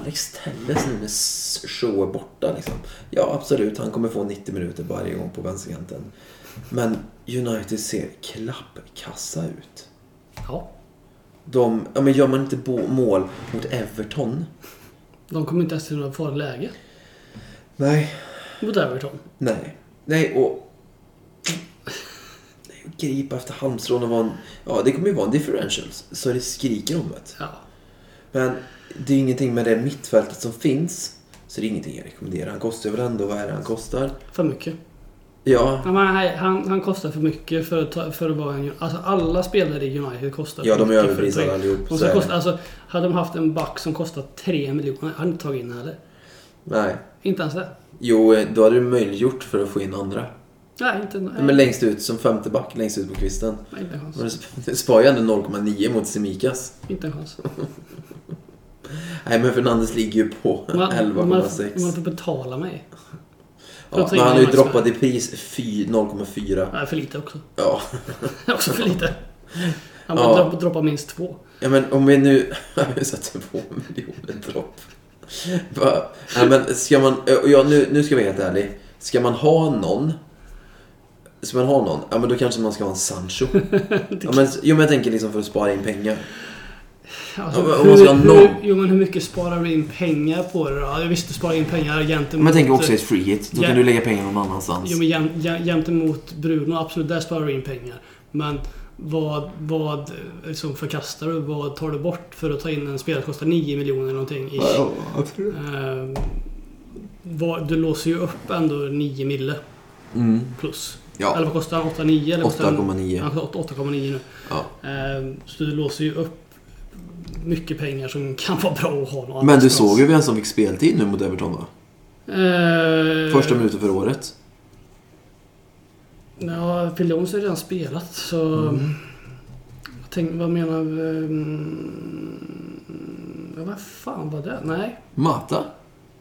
Alex Telles nu när S- Shaw är borta liksom. Ja absolut, han kommer få 90 minuter varje gång på vänsterkanten. Men United ser klappkassa ut.
ja,
De, ja men gör man inte bo- mål mot Everton?
de kommer inte ens till några farliga läge
Nej.
mot Everton.
Nej. Nej och... Nej, och gripa efter halmstrån och vara en... Ja det kommer ju vara en differential så det skriker om det.
Ja.
Men det är ju ingenting med det mittfältet som finns. Så det är ingenting jag rekommenderar. Han kostar väl ändå, vad är det han kostar?
För mycket.
Ja,
Han, han, han kostar för mycket för att, ta, för att vara en... Alltså alla spelare i United kostar
ja
för
de är
mycket för att ta in.
överprisade allihop.
De
så
ska
är
kosta,
det.
alltså, hade de haft en back som kostat 3 miljoner, hade de inte tagit in heller.
Nej.
Inte ens det.
Jo, eh, då hade du möjliggjort för att få in andra.
Nej, inte nej,
Men längst ut, som femte back, längst ut på kvisten.
nej, inte en chans.
Men det sp- det sparar ju ändå 0,9 mot Semikas.
Inte en chans.
Nej, men Fernandes ligger ju på
Man, man, man
11,6.
får betala mig.
Ja,
ta in
men han har ju
Max med.
droppat i pris fy- 0,4.
Nej, för lite också.
Ja.
också för lite. Han
Ja.
bara droppa droppar minst två.
Ja men om vi nu... Vi satte på miljoner dropp. Va? Ja, men ska man... Ja, nu, nu ska jag vara helt ärlig. Ska man ha någon... Ska man ha någon? Ja men då kanske man ska ha en Sancho. Ja, men, jo men jag tänker liksom för att spara in pengar.
Alltså,
Ja, men om
hur,
man ska ha
hur,
noll.
jo, men hur mycket sparar du in pengar på det då? Ja, visst, du sparar in pengar eh, gentemot...
Men jag tänker också i ett free hit. Då
Ja.
kan du lägga pengar någon annanstans.
Jo, men jäm, jäm, gentemot Bruno, absolut, där sparar du in pengar. Men vad, vad eh, liksom förkastar du? Vad tar du bort för att ta in en spelare som kostar 9 miljoner eller någonting? Ish.
Ja, absolut.
Ehm, vad, du låser ju upp ändå 9 mille
Mm.
plus. Eller
Ja,
vad kostar han? 8,9? eller kostar han-
8,9.
Han kostar 8,9 nu.
Ja.
Ehm, så du låser ju upp mycket pengar som kan vara bra att ha någon
Men du
annanstans.
såg ju vem som fick speltid nu mot Everton va?
Ehm,
Första minuten för året.
Ja, Pilions har ju redan spelat så...
Mm.
Jag tänkte, vad menar... Um, ja, vad fan var det? Nej.
Mata.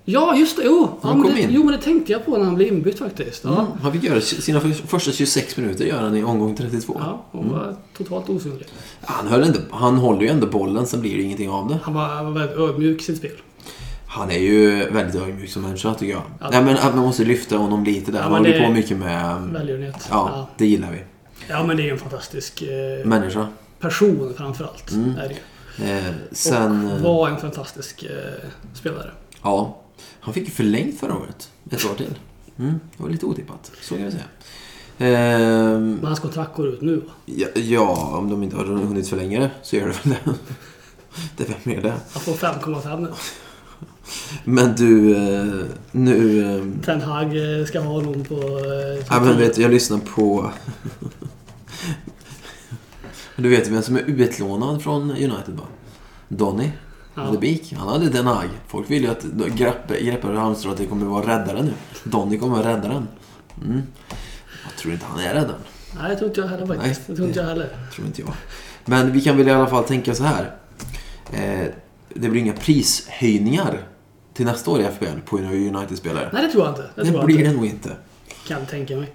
Ja, just det! Jo! Ja,
Han
men
kom
det,
in.
jo, men det tänkte jag på när han blev inbytt faktiskt. Ja.
Mm. Han fick göra sina första 26 minuter gör han i omgång 32.
Ja, hon
Mm.
var totalt osynlig.
Han, höll inte, han håller ju ändå bollen, sen blir det ingenting av det.
Han var, han var väldigt ödmjuk i sitt spel.
Han är ju väldigt ödmjuk som människa, tycker jag.
Ja.
Nej, men att man måste lyfta honom lite där.
Ja,
Han
men
håller ju
det-
på mycket med...
Välgörenhet.
Ja, det gillar vi.
Ja. ja, men det är ju en fantastisk eh,
Människa.
person framförallt.
Mm.
Är det. ju.
Eh, sen...
Och var en fantastisk eh, spelare.
Ja. Han fick ju förlängt förra året. Ett år till. Mm, det var lite otippat, så kan vi säga. Ehm,
Men hans kontrakt går ut nu va?
ja, ja, om de inte har hunnit förlänga det så gör det väl det. det vem är det?
Han får 5,5 nu.
Men du, eh, nu... ehm,
Ten Hag eh, ska ha honom på... Eh,
Ja, men vet, du, jag lyssnar på... du vet vem som är utlånad från United va? Donny ja.
ja.
Beek. Han hade Den Haag. Folk vill ju att grepp- greppar och halmstrå att det kommer vara räddaren nu. Donny kommer vara räddaren. Mm. Jag tror inte han är räddaren.
Nej, det tror inte jag heller faktiskt.
Nej,
det tror inte jag heller.
Tror inte jag. Men vi kan väl i alla fall tänka så här. Eh, det blir inga prishöjningar till nästa år i FBL på United-spelare.
Nej, det tror jag inte. Det,
Det
tror jag
blir
inte.
det nog inte.
Kan tänka mig.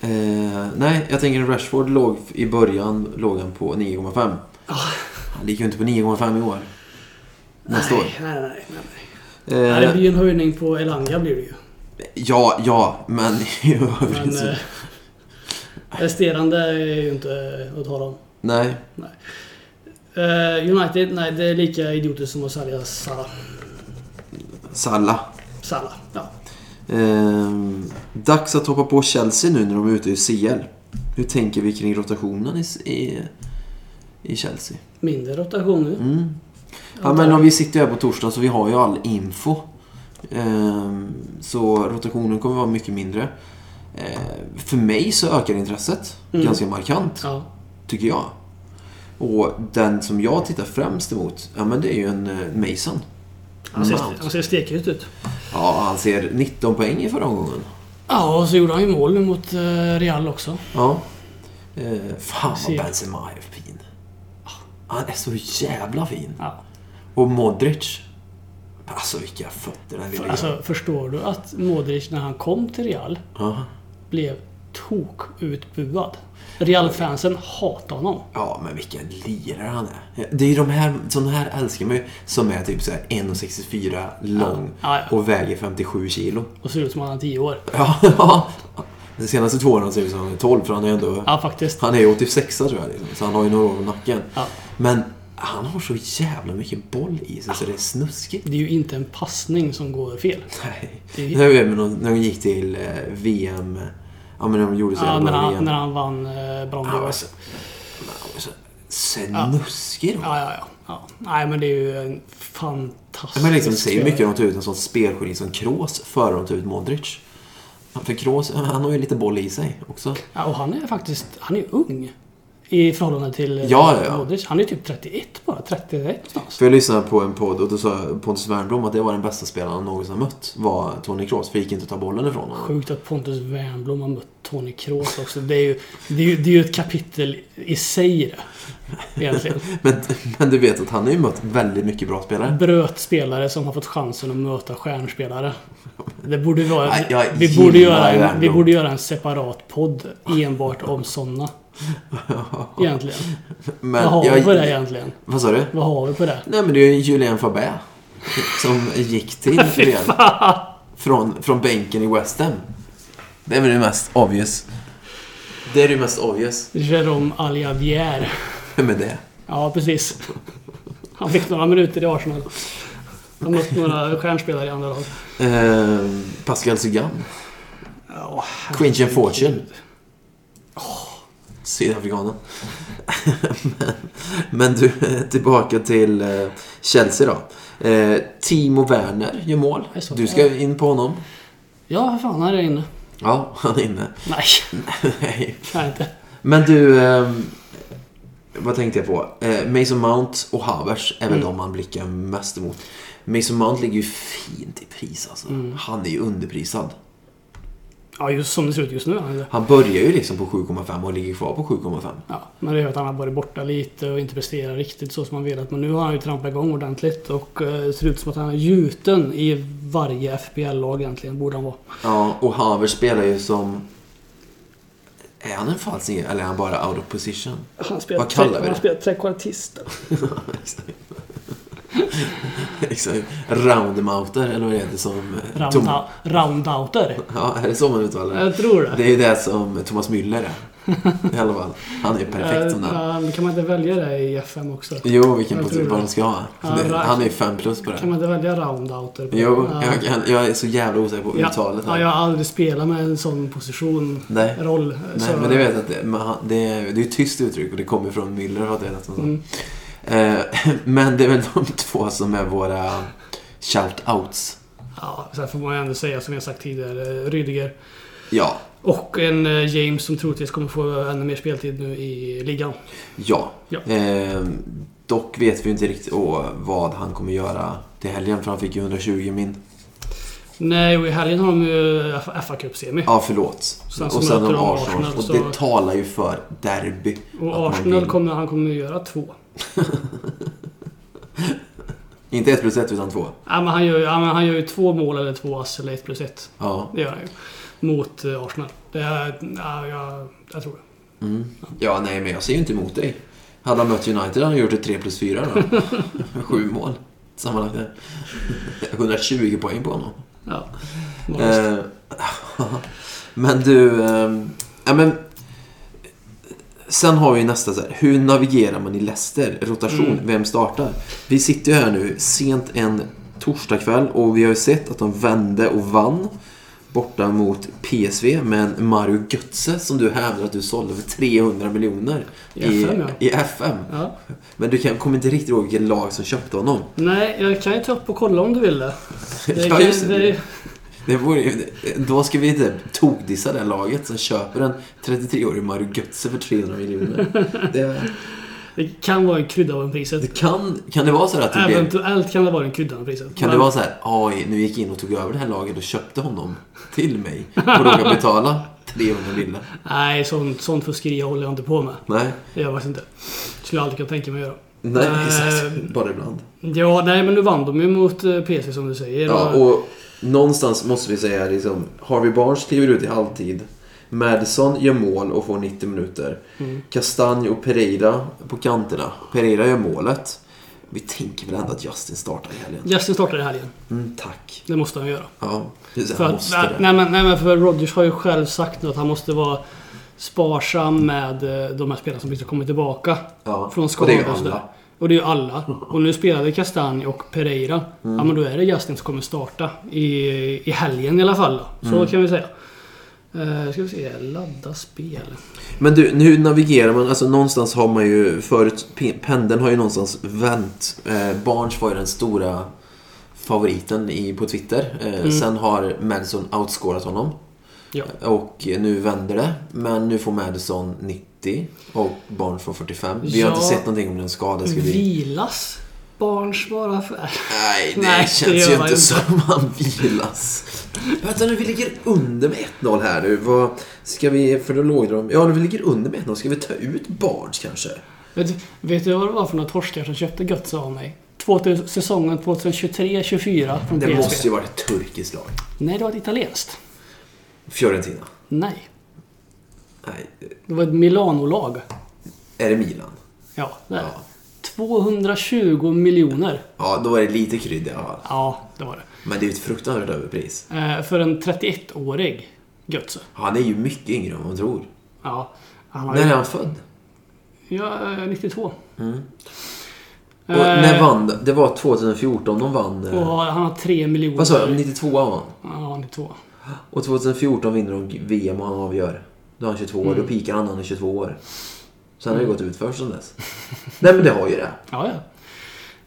Eh, nej, jag tänker Rashford låg i början låg han på 9,5.
Ja.
Han ligger ju inte på 9,5 i år. Nästa år.
nej, nej, nej, nej, nej. Nej, det
Eh,
blir ju en höjning på Elanga blir det ju.
ja, ja, men i
Men
övrigt så...
eh, resterande är ju inte att tala om.
Nej.
Eh, United, nej det är lika idiotiskt som att sälja Salah.
Salla.
Salah, ja.
Eh, dags att hoppa på Chelsea nu när de är ute i CL. Hur tänker vi kring rotationen i, i, i Chelsea?
Mindre rotation nu.
Mm. Ja, men om vi sitter här på torsdag så vi har ju all info. Ehm, Så rotationen kommer vara mycket mindre. Ehm, För mig så ökar intresset
Mm.
ganska markant,
Ja.
tycker jag. Och den som jag tittar främst emot, ja men det är ju en eh, Mason.
Han ser,
Mount.
han ser stekhet ut.
Ja, han ser 19 poäng i förra omgången.
Ja, och så gjorde han ju mål nu mot eh, Real också.
Ja. Ehm, Fan vad
Ser.
Benzema är fin. Han är så jävla fin.
Ja.
Och Modric. Alltså vilka fötter den lille
Alltså, förstår du att Modric när han kom till Real
Ja.
blev tokutbuad? Real-fansen hatade honom.
Ja, men vilken lirare han är. Det är ju de här, sådana här älskar man ju, som är typ såhär 1,64 lång
Ja, ja.
och väger 57 kilo.
Och ser ut som att han är 10 år.
Ja, ja. De senaste två åren ser det ut som han är 12, för han är ju ändå...
Ja, faktiskt.
Han är ju 86 tror jag, liksom, så han har ju några år på nacken.
Ja.
Men han har så jävla mycket boll i sig så det är snuskigt.
Det är ju inte en passning som går fel.
Nej.
Det-
Det här är med någon, när de gick till eh, VM... Ja, men när de gjorde så
Ja,
jävla
när,
bra
han,
VM.
när han vann eh, Brand
Han var
ja,
så... Han var så snuskig då.
ja, ja, ja. Nej, men det är ju en
Ja,
fantastisk...
Men liksom, det säger mycket
spelare.
om att ta ut en sån spelgeni som Kroos före de tar ut Modric. För Kroos, han har ju lite boll i sig också.
Ja, och han är faktiskt... Han är ung. I förhållande till eh,
Ja, ja, ja.
Modric. Han är typ 31 bara. 31 någonstans.
För jag lyssnade på en podd och då sa Pontus Wernbloom att det var den bästa spelaren han någonsin har mött. Var Toni Kroos, för det gick inte att ta bollen ifrån honom.
Sjukt att Pontus Wernbloom har mött Tony Kroos också. Det är ju, det är ju, det är ju ett kapitel i sig det. Egentligen.
Men, men du vet att han har ju mött väldigt mycket bra spelare.
Bröt spelare som har fått chansen att möta stjärnspelare. Det borde vara...
Nej, jag
Vi borde,
gillar
göra en, vi
Wernbloom.
borde göra en separat podd enbart om sådana. Egentligen.
Men
Vad har vi
jag,
på det egentligen?
Vad sa du?
Vad har vi på det?
Nej men det är ju Julien Fabé. Som gick till Real. Från, från bänken i West Ham. Det är väl det mest obvious. Det är det mest obvious.
Jérôme Aliavier.
Vem är det?
Ja, precis. Han fick några minuter i Arsenal. Han mött några stjärnspelare i andra lag.
Ehm, Pascal Sugan.
Ja,
Quinchen Fortune. Sydafrikanen. men, men du, tillbaka till eh, Chelsea då. Eh, Timo Werner gör mål.
Jag såg
Du
det.
ska in på honom.
Ja, för fan, han är inne.
Ja, han är inne.
Nej,
Nej.
kan jag inte.
Men du, ehm, vad tänkte jag på? Eh, Mason Mount och Havers är väl de man blickar mest emot. Mason Mount ligger ju fint i pris alltså. Han är ju underprisad.
Ja, just som det ser ut just nu. han är det.
Han börjar ju liksom på 7,5 och ligger kvar på 7,5.
Ja, men det är ju att han har varit borta lite och inte presterat riktigt så som man velat. Men nu har han ju trampat igång ordentligt och eh, det ser ut som att han är gjuten i varje FPL-lag egentligen, borde han vara.
Ja, och Haver spelar ju som... Är han en falsk nia, eller är han bara out of position?
Han spelar,
Vad kallar vi det?
spelar trekvartist.
liksom, roundmouter, eller vad det heter som... eh, Tom-
Rounda, roundouter.
Ja, är det så man uttalar det?
Jag tror det.
Det är ju det som Thomas Müller är. I alla fall. Han är ju perfekt som den.
Eh, eh, Kan man inte välja det i FM också?
Jo, vilken
Jag tror
position
det.
man ska ha.
Ja,
Det-
bra.
Han är ju 5 plus på
Kan
det.
man inte välja roundouter? på-
Jo,
Ja.
jag, kan- jag är så jävla osäker på
Ja,
uttalet.
ja,
här.
jag har aldrig spelat med en sån position,
Nej.
roll.
Nej,
så-
men det vet jag att det, men han- det, är, det är ett tyst uttryck och det kommer från Müller har jag läst någonstans.
Mm.
Eh, men det är väl de två som är våra shout-outs.
Ja, sen får man ju ändå säga som jag sagt tidigare, Rydiger.
Ja,
Och en eh, James som troligtvis kommer få ännu mer speltid nu i ligan.
ja.
Ja.
Eh, dock vet vi inte riktigt åh, vad han kommer göra till helgen för han fick ju 120 min.
Nej, och i helgen har de ju fa cup semi
Ja, förlåt.
Sen så
och sen
möter
om
de
Arsenal.
Arsenal,
och
så-
det talar ju för derby. Att
Och
man
Arsenal
vill-
kommer, han kommer ju göra två.
Inte 1 plus 1 utan 2.
Ja, men han, gör, ju- ja, men han gör ju två mål eller två ass eller ett plus ett.
Ja.
Det gör han ju. Mot eh, Arsenal. Det, är- ja, jag, jag tror det.
Mm. Ja, nej, men jag ser ju inte emot dig. Hade han mött United hade han gjort ett 3 plus 4 då. Sju mål sammanlagt. där. 120 poäng på honom.
Ja.
Eh, men du... Eh, ja, men, sen har vi nästa så här. Hur navigerar man i Leicester? Rotation,
Mm.
vem startar? Vi sitter ju här nu sent en torsdagkväll och vi har ju sett att de vände och vann borta mot PSV med en Mario Götze som du hävdar att du sålde för 300 miljoner
I FM, ja.
i FM.
Ja.
Men du kan, kommer inte riktigt ihåg vilket lag som köpte honom.
Nej, jag kan ju ta upp och kolla om du vill det. det,
Ja, just det.
det
Det vore, ju- då ska vi typ tokdissa det här laget som köper en 33-årig Mario Götze för 300 miljoner. Det,
det kan vara en krydda av en priset.
det kan, kan det vara så här att det blev,
Eventuellt kan det vara en krydda av priset.
Kan det
Men-
vara så här, oj, nu gick jag in och tog över det här laget och köpte honom till mig och råkade betala 300 miljoner?
Nej, sånt, sånt fuskeri håller jag inte på med.
Nej.
Det gör jag faktiskt inte. Skulle jag aldrig kunna tänka mig att göra.
Nej,
Eh,
exakt. Bara ibland.
Ja, nej men nu vann de ju mot eh, PSV som du säger.
Ja,
Och-
och någonstans måste vi säga liksom, Harvey Barnes kliver ut i halvtid. Madison gör mål och får 90 minuter.
Mm.
Castagne och Pereira på kanterna. Pereira gör målet. Vi tänker väl ändå att Justin startar i helgen.
Justin startar i helgen.
Mm, tack.
Det måste han göra.
Ja, precis.
För
Han
att,
måste
nej,
det.
nej, men, nej men för Rodgers har ju själv sagt nu att han måste vara sparsam med eh, de här spelarna som precis har kommit tillbaka.
Ja,
Från
och det är ju
skador och sådär.
alla.
Och det är ju alla. Och nu spelade Castagne och Pereira.
Mm.
Ja men då är det Justin som kommer starta. I, i helgen i alla fall. då.
Mm.
Så kan vi säga. Uh, ska vi se. Ladda spel.
Men du, nu navigerar man, alltså någonstans har man ju förut, pe- pendeln har ju någonstans vänt. Eh, Barnes var ju den stora favoriten i, på Twitter. Eh, Sen har Madison outscorat honom.
Mm. Ja.
Och nu vänder det. Men nu får Madison 90 och Barnes får 45. Vi har
Ja.
inte sett någonting om den skada. Ska vi...
Vilas Barnes bara för...
Nej, det
Nej, det
känns
gör
ju
man
inte
inte.
som han vilas. Vänta nu, vi ligger under med 1-0 här nu. Vad ska vi... För då låg de... Ja, nu vi ligger under med 1-0. Ska vi ta ut Barnes kanske?
Vet, du- vet du vad det var för några torskar som köpte Götze av mig? 2000, säsongen 2023-24 från
Det
PSV.
måste ju vara ett turkiskt lag.
Nej, det var ett italienskt.
Fiorentina.
Nej.
Nej,
Det var ett Milanolag.
är det Milan?
Ja, där.
Ja.
220 miljoner.
Ja, då var det lite krydd i alla fall.
Ja, det var det.
Men det är ju ett fruktansvärt överpris.
Eh, för en 31-årig Götze.
Han är ju mycket yngre än man tror.
Ja. Han har
När är
ju...
han född?
Ja, eh, 92.
Och när
Eh.
vann de? Det var 2014 de vann. eh,
Och har- han har 3 miljoner.
Vad sa jag? 92 vann han.
Ja, 92.
Och 2014 vinner de VM och han avgör. Då är han 22
Mm.
år. Då pikar han när han är 22 år. Sen har det gått ut för sedan dess. Nej men det har ju det.
Ja, ja.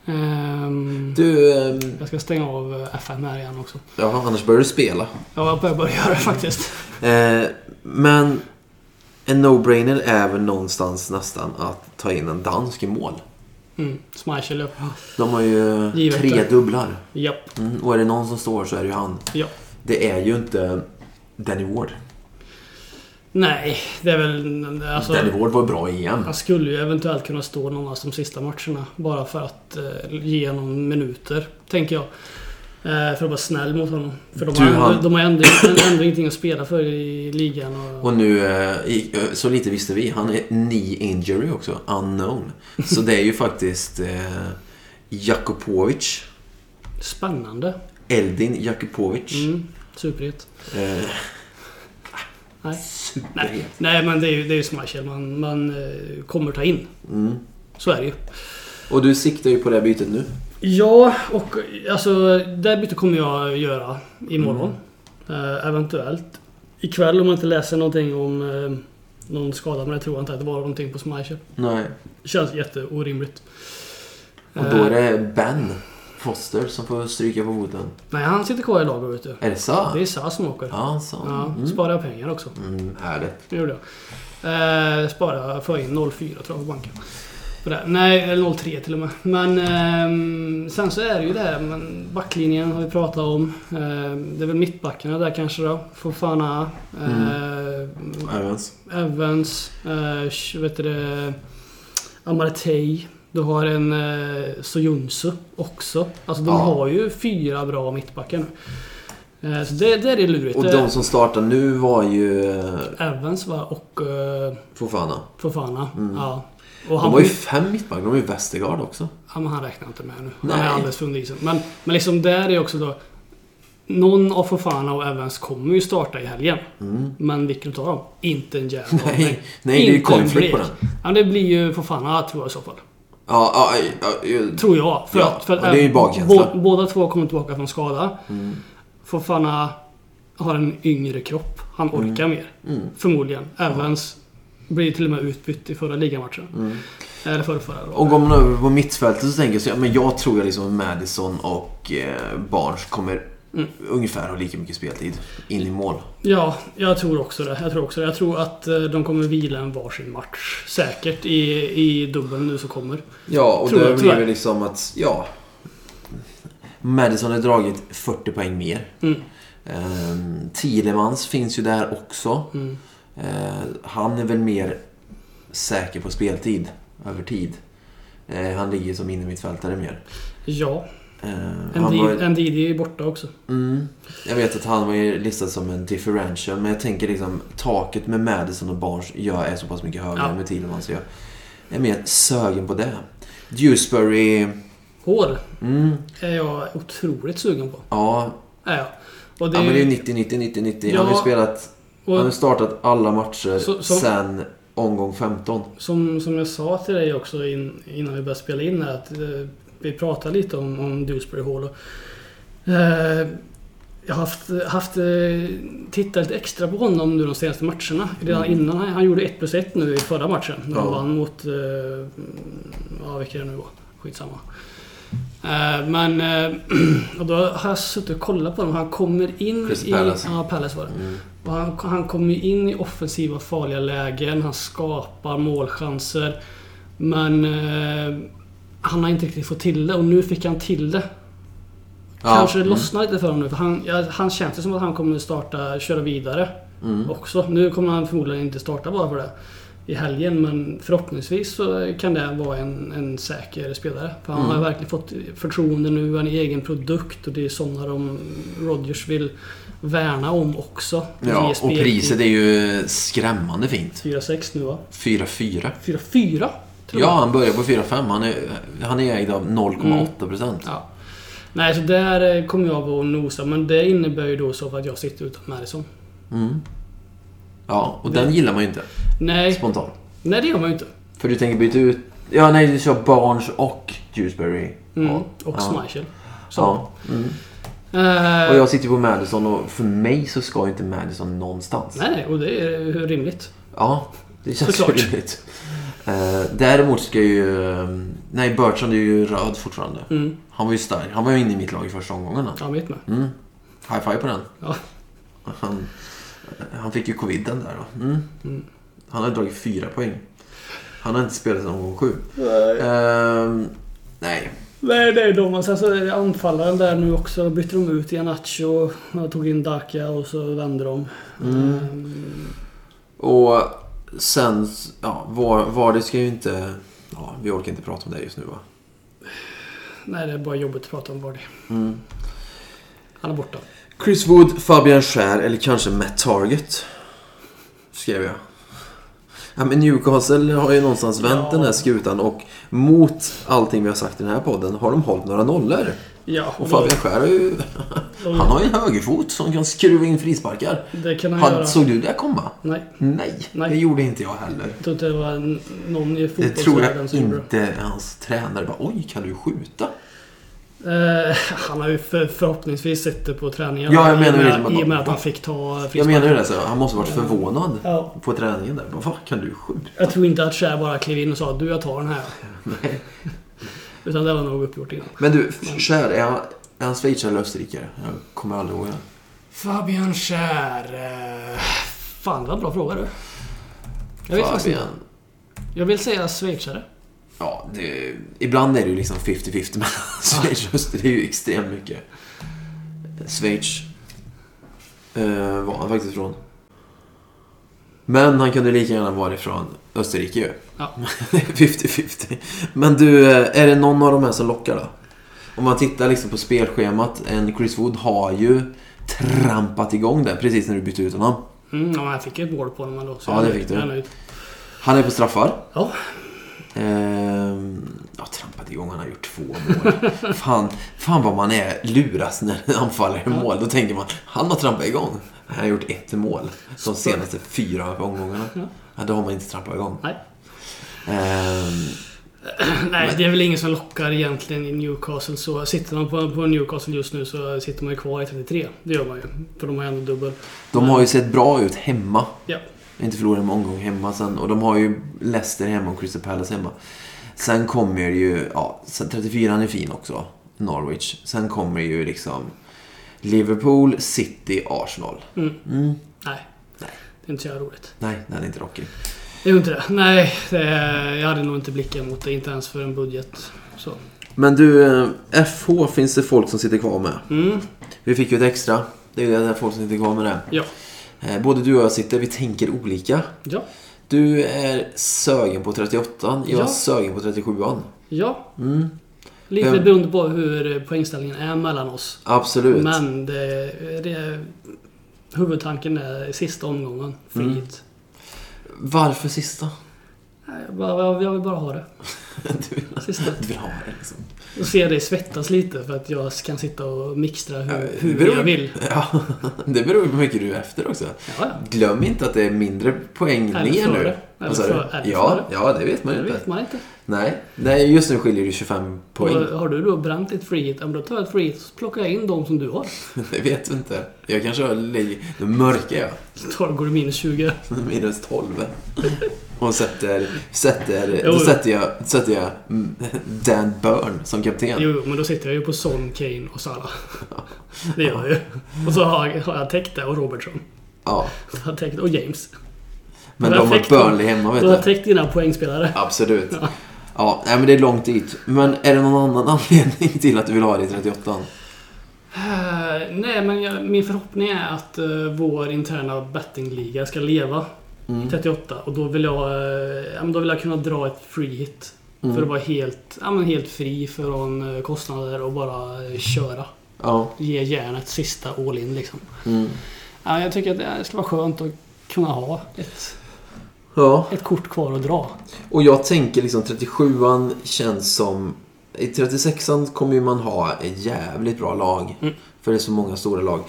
Ehm,
Du, ehm,
jag ska stänga av eh, FM här igen också.
ja annars börjar du spela.
Ja, jag börjar börja göra det faktiskt.
Eh, men en no-brainer är väl någonstans nästan att ta in en dansk i mål.
Mm, Schmeichel, ja.
De har ju
Givet
tre
det.
dubblar.
Japp,
Mm, och är det någon som står så är det ju han.
ja.
Det är ju inte Danny Ward.
Nej, det är väl... Alltså,
Danny Ward var bra i E EM.
han skulle ju eventuellt kunna stå någon av de sista matcherna. Bara för att eh, ge honom minuter, tänker jag. Eh, för att vara snäll mot honom. För de
Du,
har, ändå,
han-
de har ändå, ändå ingenting att spela för i ligan. Och,
Och nu, eh, i- eh, så lite visste vi, han är knee injury också. Unknown. Så det är ju faktiskt eh, Jakubovic.
spännande.
Eldin Jakubovic.
Mm, superhet.
Eh,
Nej.
superhet.
Nej, men det är ju, det är ju Schmeichel man, man eh, kommer ta in.
Mm.
Så är det ju.
Och du siktar ju på det här bytet nu.
Ja, och alltså det bytet kommer jag göra imorgon.
Mm.
Eh, eventuellt. Ikväll om jag inte läser någonting om eh, någon skada, men det tror jag inte att det var någonting på Schmeichel.
Nej.
Känns jätteorimligt.
Och då är
Eh,
det Ben Foster som får stryka på foten.
Eh, Nej, han sitter kvar i laget vet du.
Är det så?
Det är SAS som åker.
Ja, han sa.
Ja,
Mm.
sparar jag pengar också.
Mm, härligt.
Det gjorde jag. Eh, spara, få in 04 tror jag på banken. På det. Nej, eller 03 till och med. Men ehm, sen så är det ju det här men backlinjen har vi pratat om. Ehm, det är väl mittbackarna där kanske då. Fofana, eh,
Evans.
Evans, eh, sh- vet du det, Amartey. Du har en eh, Soyuncu också. Alltså de
Ja.
har ju fyra bra mittbackar nu. Eh, så det, det är lurigt.
Och de som startar nu var ju eh,
Evans va, och eh,
Fofana.
Fofana. Ja. Och
Mm. De
han,
har ju fem mittbackar. De har ju Westergaard också.
ja, men han räknar inte med nu. Han
Nej.
är alldeles för under isen. Men, men liksom där är också då... Någon av Fofana och Evans kommer ju starta i helgen.
Mm.
Men vilken utav dem? Inte en jävla
Nej.
aning.
Nej, det är ju
Inte en
konflikt på
blek.
den.
Ja, men det blir ju Fofana tror jag i så fall.
Ja, ja, ja, ja,
Tror jag. För
Ja,
att, för att
och det är ju Mm.
Ev-
magkänsla.
bå- båda två kommer tillbaka från skada. Fofana har en yngre kropp. Han
Mm.
orkar mer. Förmodligen. Evans blir till och med utbytt i förra ligamatchen.
Mm.
Eller förra, förra. då.
Och går man över på mittfältet så tänker jag så, ja, men jag tror jag liksom Madison och eh, Barnes kommer ungefär ha lika mycket speltid in i mål.
Ja, jag tror också det. Jag tror, också det. Jag tror att eh, de kommer vila en varsin match. Säkert i, i dubbeln nu som kommer.
Ja, och
Tror
då
jag,
blir det
tyvärr.
liksom att, ja. Madison har dragit 40 poäng mer.
Mm.
Ehm, Thielemans finns ju där också.
Mm.
Eh, han är väl mer säker på speltid över tid. Eh, han ligger som innermittfältare mer.
Ja,
Eh, han var,
Ndidi Ndidi är borta också.
mm, jag vet att han var ju listad som en differential, men jag tänker liksom taket med Madison och Barnes gör är så pass mycket högre
Ja.
än med Thielman, så jag är mer sögen på det. Dewsbury,
Hår
mm,
är jag otroligt sugen på.
ja.
Är jag. Och det
ja,
är
men det är
ju...
ju 90-90-90-90. Han
Ja,
har ju spelat Han har
Och
startat alla matcher
Så- så-
sen omgång 15.
som, som jag sa till dig också in, innan vi började spela in här, att eh, vi pratade lite om, om Dewsbury Hall. Och, eh, jag har haft, haft, eh, tittat lite extra på honom nu de senaste matcherna. Redan
Mm.
innan, han, han gjorde 1 plus 1 nu i förra matchen. När han
Ja.
vann mot... Eh, ja, vilka det nu var. Skitsamma. Eh, men... Eh, och då har jag suttit och kollat på honom. Han kommer in
Crystal
i...
Palace.
Ja, Palace var det.
Mm.
Och han, han kommer ju in i offensiva farliga lägen, han skapar målchanser. Men eh, han har inte riktigt fått till det och nu fick han till det. Kanske det
Mm.
lossnar lite för honom nu. För han, ja, han känns ju som att han kommer starta, köra vidare
Mm. Mm.
också. Nu kommer han förmodligen inte starta bara för det i helgen men förhoppningsvis så kan det vara en, en säker spelare. För han har
Mm.
verkligen fått förtroende nu, han är egen produkt och det är sådana de Rodgers vill värna om också.
Mm. Ja,
Ge
och
speltid.
priset är ju skrämmande fint.
4-6 nu va?
4-4.
4-4? tror jag.
Ja, han börjar på 4-5. Han är, han är ägd av 0,8%.
ja. Nej, så där eh, kommer jag vara och nosa. Men det innebär ju då så för att jag sitter utan Madison.
Mm. Ja, och den gillar man ju inte
Nej,
spontant.
nej det gör man ju inte.
För du tänker byta ut... Ja, nej, du kör Barnes och Dewsbury.
Mm.
Ja.
Och
Ja.
Schmeichel. Så.
Ja. Mm.
Eh,
Och jag sitter ju på Madison och för mig så ska ju inte Madison någonstans.
Nej, nej, och det är ju rimligt.
Ja, det känns ju
Såklart.
rimligt. Eh, däremot ska ju... eh, Nej, Bertrand är ju röd fortfarande.
Mm.
Han var ju stark. Han var ju inne i mitt lag i första omgången.
Ja, mitt med.
Mm. High five på den.
Ja.
Han, eh, han fick ju coviden där då. Mm.
Mm.
Han har dragit fyra poäng. Han har inte spelat sedan omgång sju.
Nej.
Ehm, nej.
nej, det är de. Och sen så är det anfallaren där nu också. Då bytte de ut Ianacho. Jag tog in Daka och så vände de.
Mm.
Ehm,
Och sen... Ja, var, var det ska ju inte... Ja, vi orkar inte prata om det just nu va?
nej, det är bara jobbigt att prata om Vardy.
Mm.
Han är borta.
Chris Wood, Fabian Schär eller kanske Matt Target. Skrev jag. Ja, men Newcastle har ju någonstans vänt
Ja.
den här skutan och mot allting vi har sagt i den här podden har de hållit några nollor.
Ja, Mm.
Och Fabian Schär har ju... Han har ju en högerfot som kan skruva in frisparkar.
Det kan han göra.
Han, såg du det komma?
Nej,
Nej,
Nej.
det gjorde inte jag heller.
jag tror inte det var n- någon i
Det tror
fotbollsvärlden
jag
som gjorde det.
inte hans tränare bara Oj, kan du skjuta?
Eh, han har ju för, förhoppningsvis sett det på träningen.
Ja, jag menar
I och med-
liksom att-
I och med att han fick ta
Jag
frispark.
menar ju det, så han måste varit förvånad
Ja,
på träningen där. Bara, Va, kan du skjuta?
jag tror inte att Cher bara klev in och sa du jag tar den här. Utan det var nog uppgjort innan.
Men du, Cher, är han, är han schweizare eller österrikare? Jag kommer aldrig ihåg det.
Fabian Cher. eh, Fan, det var en bra fråga du. Jag vet faktiskt inte.
Fabian.
Jag vill säga schweizare.
Ja, det, ibland är det ju liksom 50-50 mellan Schweiz och Österrike. Det är ju extremt mycket. Schweiz eh, var han faktiskt från. Men han kunde lika gärna vara ifrån Österrike ju.
Ja.
Det är 50-50. Men du, eh, är det någon av de här som lockar då? Om man tittar liksom på spelschemat. En Chris Wood har ju trampat igång där precis när du bytte ut honom.
Mm, ja, men jag fick ju ett mål på honom ändå. så
Ja,
jag är
det
nöjd.
fick du.
Jag är nöjd.
Han är på straffar.
Ja.
Ehm, ja, trampat igång. Han har gjort två mål. fan, fan vad man är luras när en anfallare gör mål. Då tänker man, han har trampat igång. Han har gjort ett mål de senaste fyra omgångarna.
Ja.
Ja, då har man inte trampat igång.
Nej.
Ehm,
Nej, det är väl ingen som lockar egentligen i Newcastle. Så sitter man på, på Newcastle just nu så sitter man ju kvar i 33. Det gör man ju. För de har ju ändå dubbel.
de har ju sett bra ut hemma.
Ja.
Inte förlorat en omgång hemma sen. Och de har ju Leicester hemma och Crystal Palace hemma. Sen kommer ju, ja, sen 34 är fin också. Norwich. Sen kommer ju liksom Liverpool, City, Arsenal.
Mm.
Mm.
Nej.
Nej.
Det är inte så jävla roligt.
Nej, den är inte rockig.
Det är ju inte det. Nej, det är, jag hade nog inte blicken mot det. Inte ens för en budget. Så.
Men du, eh, FH finns det folk som sitter kvar med.
Mm.
Vi fick ju ett extra. Det är ju det där folk som sitter kvar med det.
Ja.
Eh, Både du och jag sitter, vi tänker olika.
Ja.
Du är sögen på 38 jag är
Ja.
sögen på 37an.
Ja,
Mm,
lite
Vem-
beroende på hur poängställningen är mellan oss.
absolut.
Men det, det, huvudtanken är sista omgången.
Mm.
Fritt.
Varför sista?
Nej, Jag, bara, jag- jag vill bara ha det.
Du vill,
Sista.
du vill ha det liksom.
Och se dig svettas lite för att jag kan sitta och mixtra
Ja,
hur,
det
hur
beror-
jag vill.
Ja, det beror ju på hur mycket du är efter också.
Ja, ja.
Glöm inte att det är mindre poäng
Eller
ner
före.
nu.
Eller
Vad sa du?
före. Eller
Ja,
före.
ja, det vet man
Det
ju inte.
vet man inte.
Nej. Nej, just nu skiljer det 25 poäng.
Och har du då bränt ditt free hit, ja, men då tar jag ett free hit och så plockar jag in de som du har.
Det vet vi inte. Jag kanske har lig- Då mörkar jag.
Så tar, går det minus 20.
Minus 12. Och sätter... sätter
Jo,
då
jo.
sätter jag, sätter jag mm, Dan Burn som kapten.
Jo, men då sitter jag ju på Son, Kane och Salah. Det gör jag ju. Och så har jag, har jag täckt det och Robertson.
Ja.
Jag har täckt, och James.
Men
Då
de
har
har
jag täckt dem.
Burnley hemma, vet
Då har
du.
jag täckt dina poängspelare.
Absolut. Ja, nej, men det är långt dit. Men är det någon annan anledning till att du vill ha det i 38
Eh, nej, men jag, min förhoppning är att eh, vår interna bettingliga ska leva
Mm.
38 och då vill jag, eh, ja, men då vill jag kunna dra ett free hit. För att vara helt, ja, men helt fri från eh, kostnader och bara eh, köra.
Ja.
Ge järnet sista all in liksom.
Mm.
Ja, jag tycker att det skulle vara skönt att kunna ha ett,
Ja.
ett kort kvar att dra.
Och jag tänker liksom 37an känns som... I 36an kommer ju man ha ett jävligt bra lag.
Mm.
För det är så många stora lag.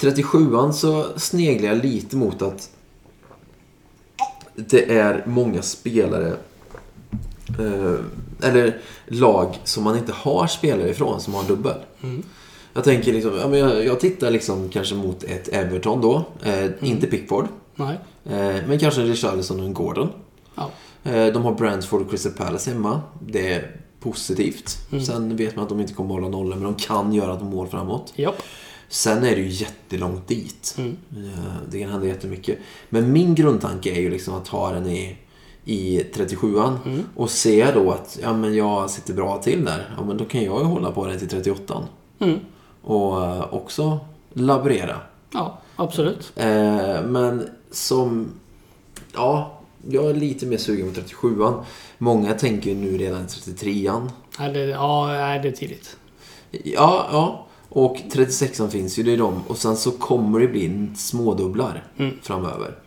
37an så sneglar jag lite mot att det är många spelare eh, eller lag som man inte har spelare ifrån som har dubbel.
Mm.
Jag tänker liksom, ja, men jag, jag tittar liksom kanske mot ett Everton då.
Mm.
Eh, Inte Pickford.
Nej.
Eh, men kanske Richarlison och en Gordon.
Ja.
Eh, De har Brentford och Crystal Palace hemma. Det är positivt.
Mm.
Sen vet man att de inte kommer hålla nollan, men de kan göra ett mål framåt.
Japp.
Sen är det ju jättelångt dit.
Mm.
Eh, Det kan hända jättemycket. Men min grundtanke är ju liksom att ta den i, i 37an
Mm.
och se då att ja, men jag sitter bra till där. Ja, men då kan jag ju hålla på den till 38an
Mm.
och eh, också laborera.
Ja, absolut.
Eh, men som... Ja, jag är lite mer sugen på 37an. Många tänker ju nu redan 33an.
Nej, det, ja, nej, det är tidigt.
Ja, ja. Och 36an finns ju, det är de. Och sen så kommer det bli smådubblar
Mm.
framöver.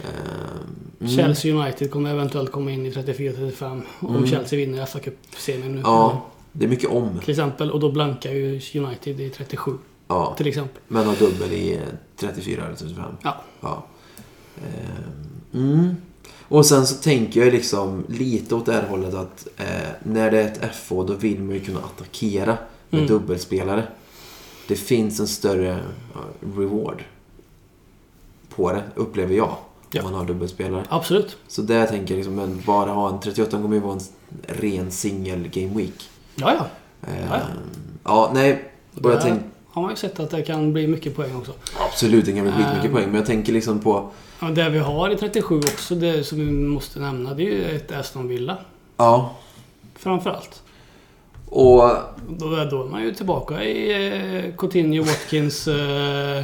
Eh, mm.
Chelsea United kommer eventuellt komma in i 34-35 om Chelsea vinner fa Cup-serien nu.
Mm. Ja, det är mycket om.
Till exempel. Och då blankar ju United i 37.
Ja,
Till exempel.
men har dubbel i eh, 34 eller 35.
Ja.
Ja. Eh, Mm. Och sen så tänker jag liksom lite åt det här hållet att eh, när det är ett FO då vill man ju kunna attackera med
Mm.
dubbelspelare. Det finns en större ja, reward på det, upplever jag,
Ja.
om man har dubbelspelare.
Absolut.
Så där tänker jag liksom, men bara ha en 38 kommer ju vara en ren singel game week.
Ja, ja.
Eh,
Ja.
ja, nej. Och jag
Där
tänk,
har man ju sett att det kan bli mycket poäng också.
absolut, det kan bli skitmycket
Ehm.
poäng, men jag tänker liksom på...
Ja, Det vi har i 37 också, det som vi måste nämna, det är ju ett Aston Villa.
Ja.
Framförallt.
Och
Då, då är man ju tillbaka i eh, Coutinho Watkins eh,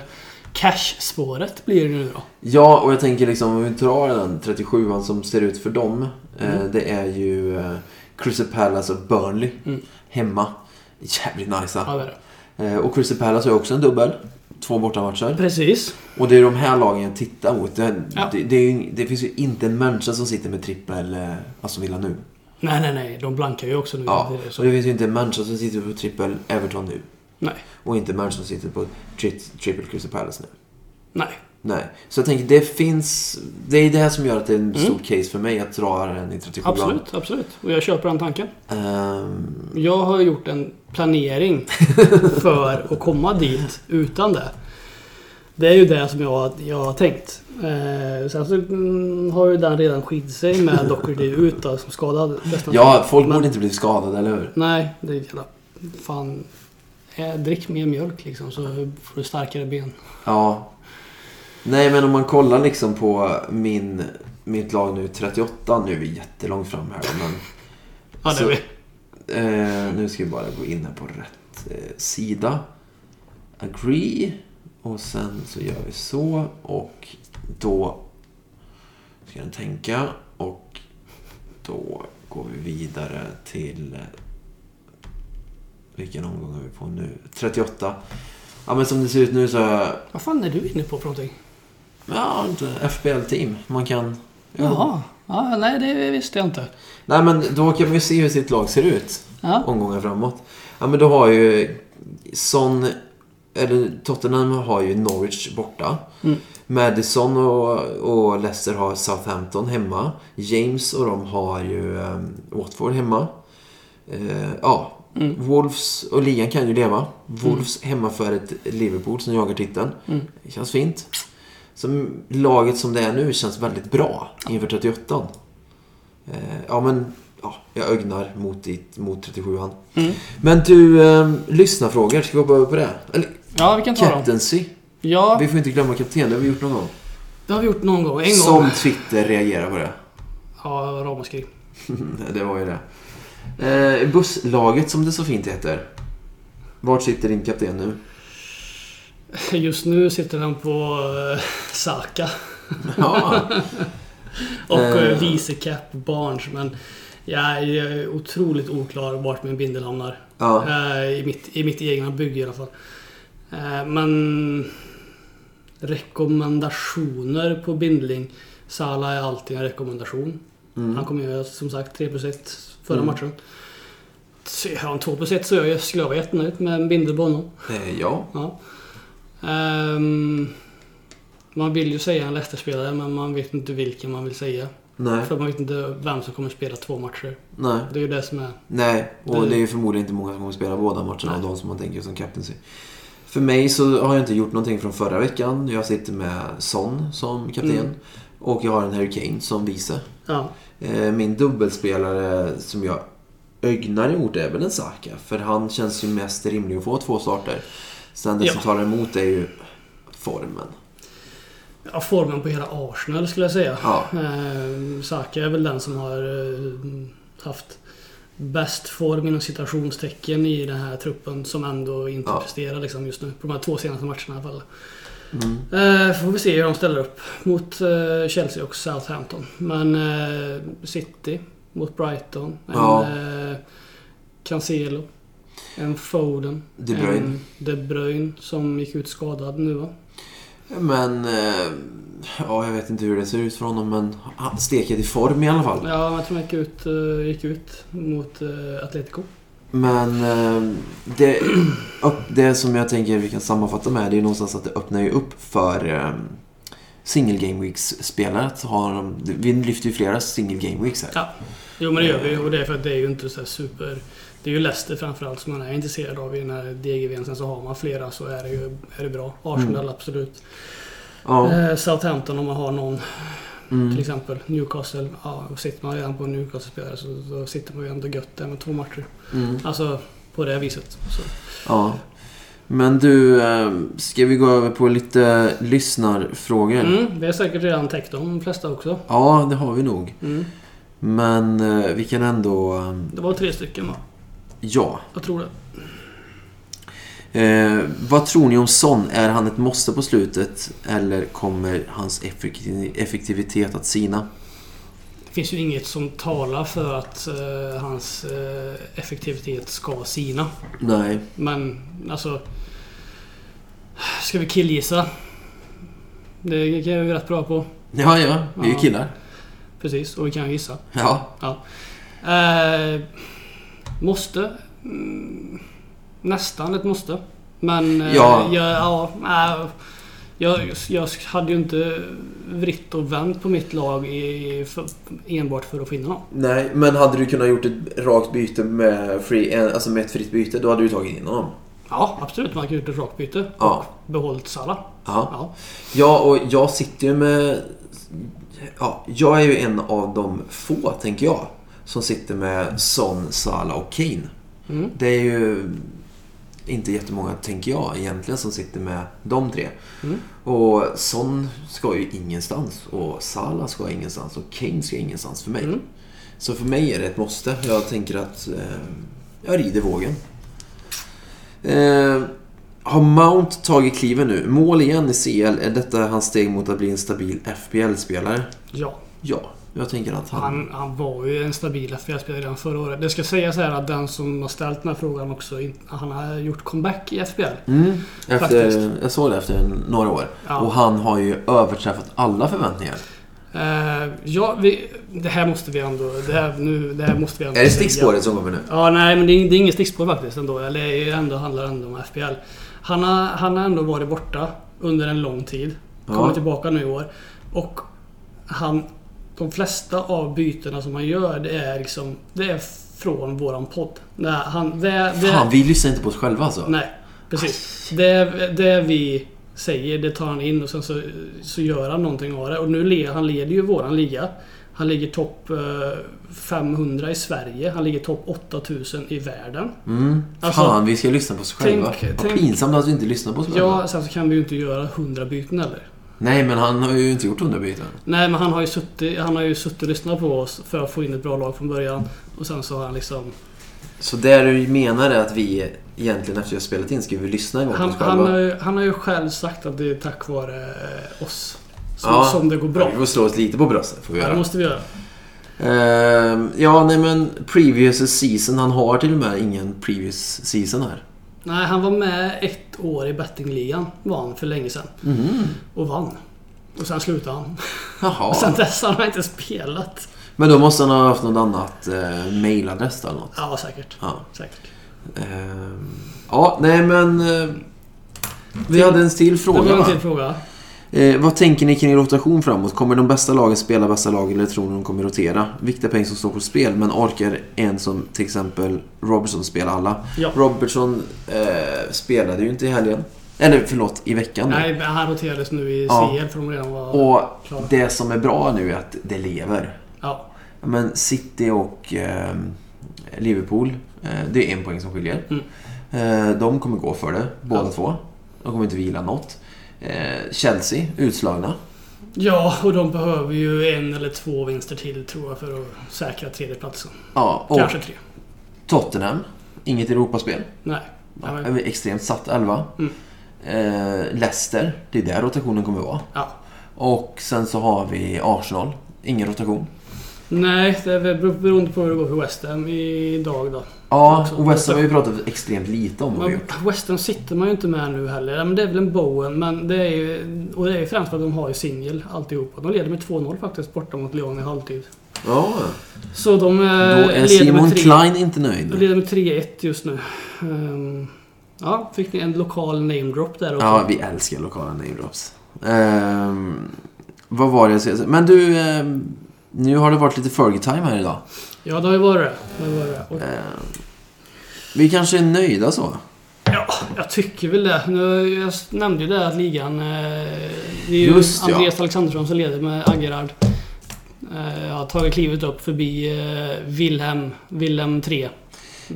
cash-spåret blir det nu då.
Ja, och jag tänker liksom om vi tar den 37an som ser ut för dem. Eh, det är ju eh, Crystal Palace och Burnley
Mm.
hemma. Jävligt
Ja,
najsa.
det är det.
Eh, och Crystal Palace har ju också en dubbel. Två bortamatcher.
Precis.
Och det är de här lagen jag tittar mot. Det,
Ja.
det, det, är ju, det finns ju inte en människa som sitter med trippel eh, Aston Villa nu.
Nej, nej, nej. De blankar ju också nu.
Ja,
Mm, Det är
och
så.
det finns ju inte en människa som sitter på trippel Everton nu.
Nej.
Och inte en människa som sitter på tri- trippel Crystal Palace nu.
Nej.
Nej, så jag tänker det finns... Det är det här som gör att det är en stor case för mig att dra den i 37
Absolut, absolut. Och jag köper den tanken.
Ehm,
Jag har gjort en planering för att komma dit utan det. Det är ju det som jag, jag har tänkt. Eh, sen så mm, har ju den redan skilt sig med Doherty ut då, som skadad. resten av
ja,
tiden.
folk
Men-
borde inte bli skadade, eller hur?
Nej, det är jävla... Fan. Eh, drick mer mjölk liksom så får du starkare ben.
Ja. Nej, men om man kollar liksom på min, mitt lag nu, 38, nu är vi jättelångt fram här då, men...
Ja, det
Så-
är vi.
eh, nu ska vi bara gå in här på rätt eh, sida. Agree. Och sen så gör vi så och då ska den tänka och då går vi vidare till... eh, Vilken omgång är vi på nu? 38. Ja, men som det ser ut nu så har jag
Vad fan är du inne på för någonting?
ja, ett FBL-team. Man kan... ja.
Jaha. Ja, nej, det visste jag inte.
Nej, men då kan man ju se hur sitt lag ser ut
Ja.
omgångar framåt. Ja, men då har ju Son... Eller Tottenham har ju Norwich borta.
Mm.
Madison och, och Leicester har Southampton hemma. James och de har ju ehm, Watford hemma. Eh, ja,
Mm.
Wolves och ligan kan ju leva. Wolves hemma för ett Liverpool som jagar titeln.
Mm.
Det känns fint. Så laget som det är nu känns väldigt bra inför 38 eh, Ja, men ja, jag ögnar mot, dit, mot 37an.
Mm.
Men du, eh, lyssnarfrågor. Ska vi hoppa över på det? Eller
ja, vi kan ta dem.
captaincy.
Ja,
Vi får inte glömma kapten. Det har vi gjort någon gång.
det har vi gjort någon gång. En gång.
Som Twitter reagerar på det. Mm,
Ja, ramaskri.
det var ju det. Eh, busslaget som det så fint heter. Vart sitter din kapten nu?
Just nu sitter den på eh, Saka.
Ja.
Och
Eh.
eh. vice cap Barnes. Men jag är eh, otroligt oklar vart min bindel hamnar.
ja.
Eh, I, mitt, I mitt egna bygge i alla fall. Eh, Men rekommendationer på bindling. Salah är alltid en rekommendation. Han
Mm.
kommer göra som sagt 3 plus 1 förra
Mm.
matchen. Så gör han 2 plus 1 så jag skulle jag vara jättenöjd med en bindel på honom.
Eh, ja.
Ja. Ehm, man vill ju säga en Leicester-spelare men man vet inte vilken man vill säga.
Nej.
För man vet inte vem som kommer spela två matcher.
Nej.
Det är ju det som är...
Nej. Och
Det-
det är ju förmodligen inte många som kommer spela båda matcherna
Nej.
av de som man tänker som captaincy. För mig så har jag inte gjort någonting från förra veckan. Jag sitter med Son som kapten.
Mm.
Och jag har en Harry Kane som vice.
Ja.
Eh, Min dubbelspelare som jag ögnar emot är väl en Saka. För han känns ju mest rimlig att få två starter. Sen det
Ja.
som talar emot är ju formen.
ja, formen på hela Arsenal skulle jag säga.
Ja.
Ehm, Saka är väl den som har eh, haft bäst form inom citationstecken i den här truppen som ändå inte
Ja.
presterar liksom, just nu. På de här två senaste matcherna i alla fall.
Mm.
Eh, får vi se hur de ställer upp mot eh, Chelsea och Southampton. Men eh, City mot Brighton. En,
Ja.
eh, Cancelo. En Foden.
De Bruyne.
En De Bruyne som gick ut skadad nu va?
Men... eh, Ja, jag vet inte hur det ser ut för honom men han steker i form i alla fall.
Ja, jag tror han gick ut, eh, gick ut mot eh, Atletico.
Men eh, det, upp- det som jag tänker vi kan sammanfatta med det är ju någonstans att det öppnar ju upp för eh, single game weeks-spelare. att ha dem- Vi lyfter ju flera single game weeks här.
Ja. Jo men det gör vi och det är för att det är ju inte så här super... Det är ju Leicester framförallt som man är intresserad av i den här DGVn. Sen så har man flera så är det ju är det bra. Arsenal
Mm.
absolut.
Ja.
Eh, Southampton om man har någon
Mm.
Till exempel Newcastle. Ja, och sitter man redan på en Newcastle-spelare så, så sitter man ju ändå gött där med två matcher.
Mm.
Alltså på det viset. Så.
Ja. Men du, eh, ska vi gå över på lite lyssnarfrågor?
Mm, det är säkert redan täckt de flesta också.
Ja, det har vi nog.
Mm.
Men eh, vi kan ändå... eh,
Det var tre stycken va?
Ja.
Jag tror det.
Eh, vad tror ni om Son? Är han ett måste på slutet? Eller kommer hans effekti- effektivitet att sina?
Det finns ju inget som talar för att eh, hans eh, effektivitet ska sina.
Nej.
Men alltså... Ska vi killgissa? Det kan jag ju rätt bra på.
Ja, ja. Vi är ju
Ja.
killar.
Precis, och vi kan ju gissa.
Ja.
Eh, måste. Mm, nästan ett måste. Men eh,
Ja.
jag, ja, nej, jag, jag hade ju inte vritt och vänt på mitt lag i, för, enbart för att finna någon.
Nej, men hade du kunnat gjort ett rakt byte med, free, alltså med ett fritt byte, då hade du tagit in honom.
Ja, absolut. Man kan ju gjort ett rakt byte.
Ja.
Behållit Salah.
Ja.
Ja.
Ja, och jag sitter ju med... Ja, jag är ju en av de få, tänker jag, som sitter med Son, Salah och Kane.
Mm.
Det är ju inte jättemånga, tänker jag, egentligen som sitter med de tre.
Mm.
Och Son ska ju ingenstans och Salah ska ingenstans och Kane ska ingenstans för mig.
Mm.
Så för mig är det ett måste. Jag tänker att eh, jag rider vågen. Eh, har Mount tagit kliven nu? Mål igen i CL. Är detta hans steg mot att bli en stabil FBL-spelare?
Ja.
Ja, Jag tänker att han...
Han, han var ju en stabil FBL-spelare redan förra året. Det ska sägas här att den som har ställt den här frågan också, in- han har gjort comeback i FBL.
Mm, efter,
Faktiskt.
jag såg det efter några år.
Ja.
Och han har ju överträffat alla förväntningar.
Eh, ja, vi, det här måste vi ändå... Det här, nu, det här måste vi ändå
Är det
säga.
stickspåret som kommer nu?
Ja, nej, men det är, det är inget stickspår faktiskt ändå. Eller det är ju ändå, handlar ändå om FPL. Han har, han har ändå varit borta under en lång tid.
Ja.
Kommer tillbaka nu i år. Och han... De flesta av bytena som han gör, det är liksom... Det är från våran podd. Nej, han, det, det,
Fan, vi lyssnar inte på oss själva alltså.
Nej, precis. Det, det vi säger, det tar han in och sen så, så gör han någonting av det. Och nu leder han leder ju våran liga. Han ligger topp eh, 500 i Sverige. Han ligger topp 8000 i världen.
Mm.
Alltså,
Fan, vi ska lyssna på oss själva.
tänk-
Vad
tänk-
pinsamt att vi inte lyssnar på oss själva.
Ja, sen så kan vi ju inte göra 100 byten heller.
Nej, men han har ju inte gjort underbyten.
Nej, men han har ju suttit, han har ju suttit och lyssnat på oss för att få in ett bra lag från början. Och sen så har han liksom...
Så där du menar är att vi egentligen efter vi har spelat in ska vi lyssna en gång
Han,
på oss
han,
själva?
har ju, han har ju själv sagt att det är tack vare eh, oss som,
Ja.
som det går
Ja,
bra.
vi får slå oss lite på bröstet, får vi
Det
göra.
måste vi göra.
Ehm, ja, nej men previous season. Han har till och med ingen previous season här.
Nej, han var med ett år i bettingligan var han för länge sedan.
Mhm.
Och vann. Och sen slutade han.
Jaha.
Mm. Och sen dess har han inte spelat.
Men då måste han ha haft något annat eh, mailadress eller något.
Ja, säkert.
Ja.
säkert.
Ehm, ja, nej men... Eh, vi hade en till
Det
fråga
var en
va?
till fråga.
Eh, vad tänker ni kring rotation framåt? Kommer de bästa lagen spela bästa lag eller tror ni de kommer rotera? Viktiga pengar som står på spel, men orkar en som till exempel Robertson spela alla?
Ja.
Robertson eh, spelade ju inte i helgen. Eller förlåt, i veckan. nu.
Nej, men han roterades nu i
Ja.
CL för de redan var
Och
klara.
det som är bra nu är att det lever.
Ja.
Men City och eh, Liverpool, eh, det är en poäng som skiljer.
Mm.
Eh, de kommer gå för det, båda
Ja.
två. De kommer inte vila något. Eh, Chelsea, utslagna.
ja, och de behöver ju en eller två vinster till tror jag för att säkra tredjeplatsen.
Ja, och
Kanske tre.
Tottenham, inget Europaspel.
Nej. Ja, men-
En Extremt satt elva.
Mm.
Eh, Leicester, det är där rotationen kommer vara.
ja.
Och sen så har vi Arsenal, ingen rotation.
Nej, det är väl bero- beroende på hur det går för West Ham idag då.
Ja,
Också.
och West Ham har vi pratat extremt lite om. vad vi
Men
gjort.
Western sitter man ju inte med nu heller. Ja, Men det är väl en Bowen, men det är ju... Och det är ju främst för att de har ju singel alltihopa. De leder med 2-0 faktiskt borta mot Lyon i halvtid.
Ja,
Så de eh,
då är
leder,
Simon
med tre,
Klein inte
de
nöjd.
leder med 3-1 just nu. Ehm, ja, fick ni en lokal name drop där också.
Ja, vi älskar lokala name drops. Ehm, vad var det jag skulle säga? Men du, ehm, nu har det varit lite Fergie-time här idag.
Ja, det har ju varit det. det, har ju varit det. Och,
Ehm, vi kanske är nöjda så.
ja, jag tycker väl det. Nu, jag nämnde ju det att ligan... Eh, det är ju
Just ja.
Andreas Alexandersson som leder med Aggerard. Eh, har tagit klivet upp förbi eh, Wilhelm, Wilhelm 3.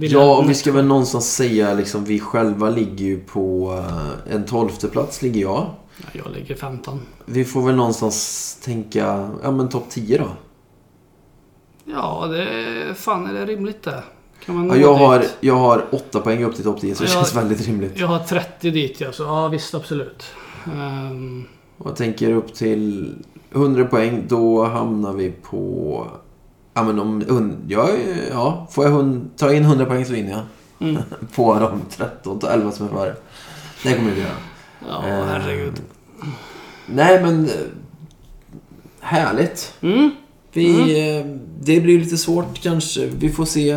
Ja, och vi ska väl någonstans säga liksom, vi själva ligger ju på eh, en tolfte plats ligger jag.
Ja, Jag lägger 15.
Vi får väl någonstans tänka, ja men topp 10 då.
Ja, det... Fan, är det rimligt det? Kan man
Ja,
nå
jag,
dit?
har, jag har åtta poäng upp till topp 10 så det
Mm, Ja, jag-
känns väldigt rimligt.
Jag har 30 dit ja, så ja visst absolut. Ehm,
Och jag tänker upp till 100 poäng, då hamnar vi på... Ja, men om... un- Jag, är- ja, får jag hun- ta in 100 poäng så vinner jag.
Mm.
på de 13 och 11 som är före. Det kommer vi göra.
ja,
Eh,
herregud.
Nej, men... eh, Härligt.
Mm.
Vi, eh, Det blir lite svårt kanske. Vi får se.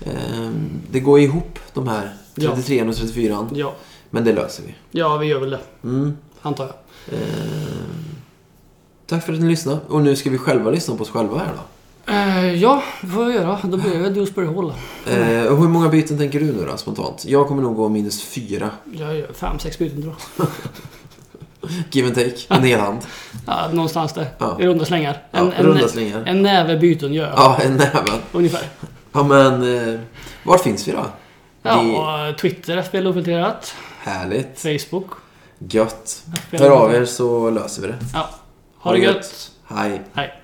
Eh, Det går ihop de här.
Ja.
33 och 34
Ja.
Men det löser vi.
ja, vi gör väl det.
Mm.
Antar jag.
Eh, Tack för att ni lyssnade. Och nu ska vi själva lyssna på oss själva här då.
Eh, ja, det får jag göra. Då blir det Dewsbury Hall.
Eh, och hur många byten tänker du nu då, spontant? Jag kommer nog gå minus fyra.
Jag gör fem, sex byten tror jag.
Give and take. En hel hand.
Ja, någonstans där.
Ja.
I runda slängar.
Ja,
En,
runda
en,
slängar.
en näve byten gör jag.
Ja, en näven.
Ungefär.
Ja, men... Eh, vart finns vi då?
Ja,
Vi-
och Twitter, FBL ofiltrerat.
Härligt.
Facebook.
Gött.
FBL
Hör av er så löser vi det.
Ja. Ha det gött.
Hej.
Hej.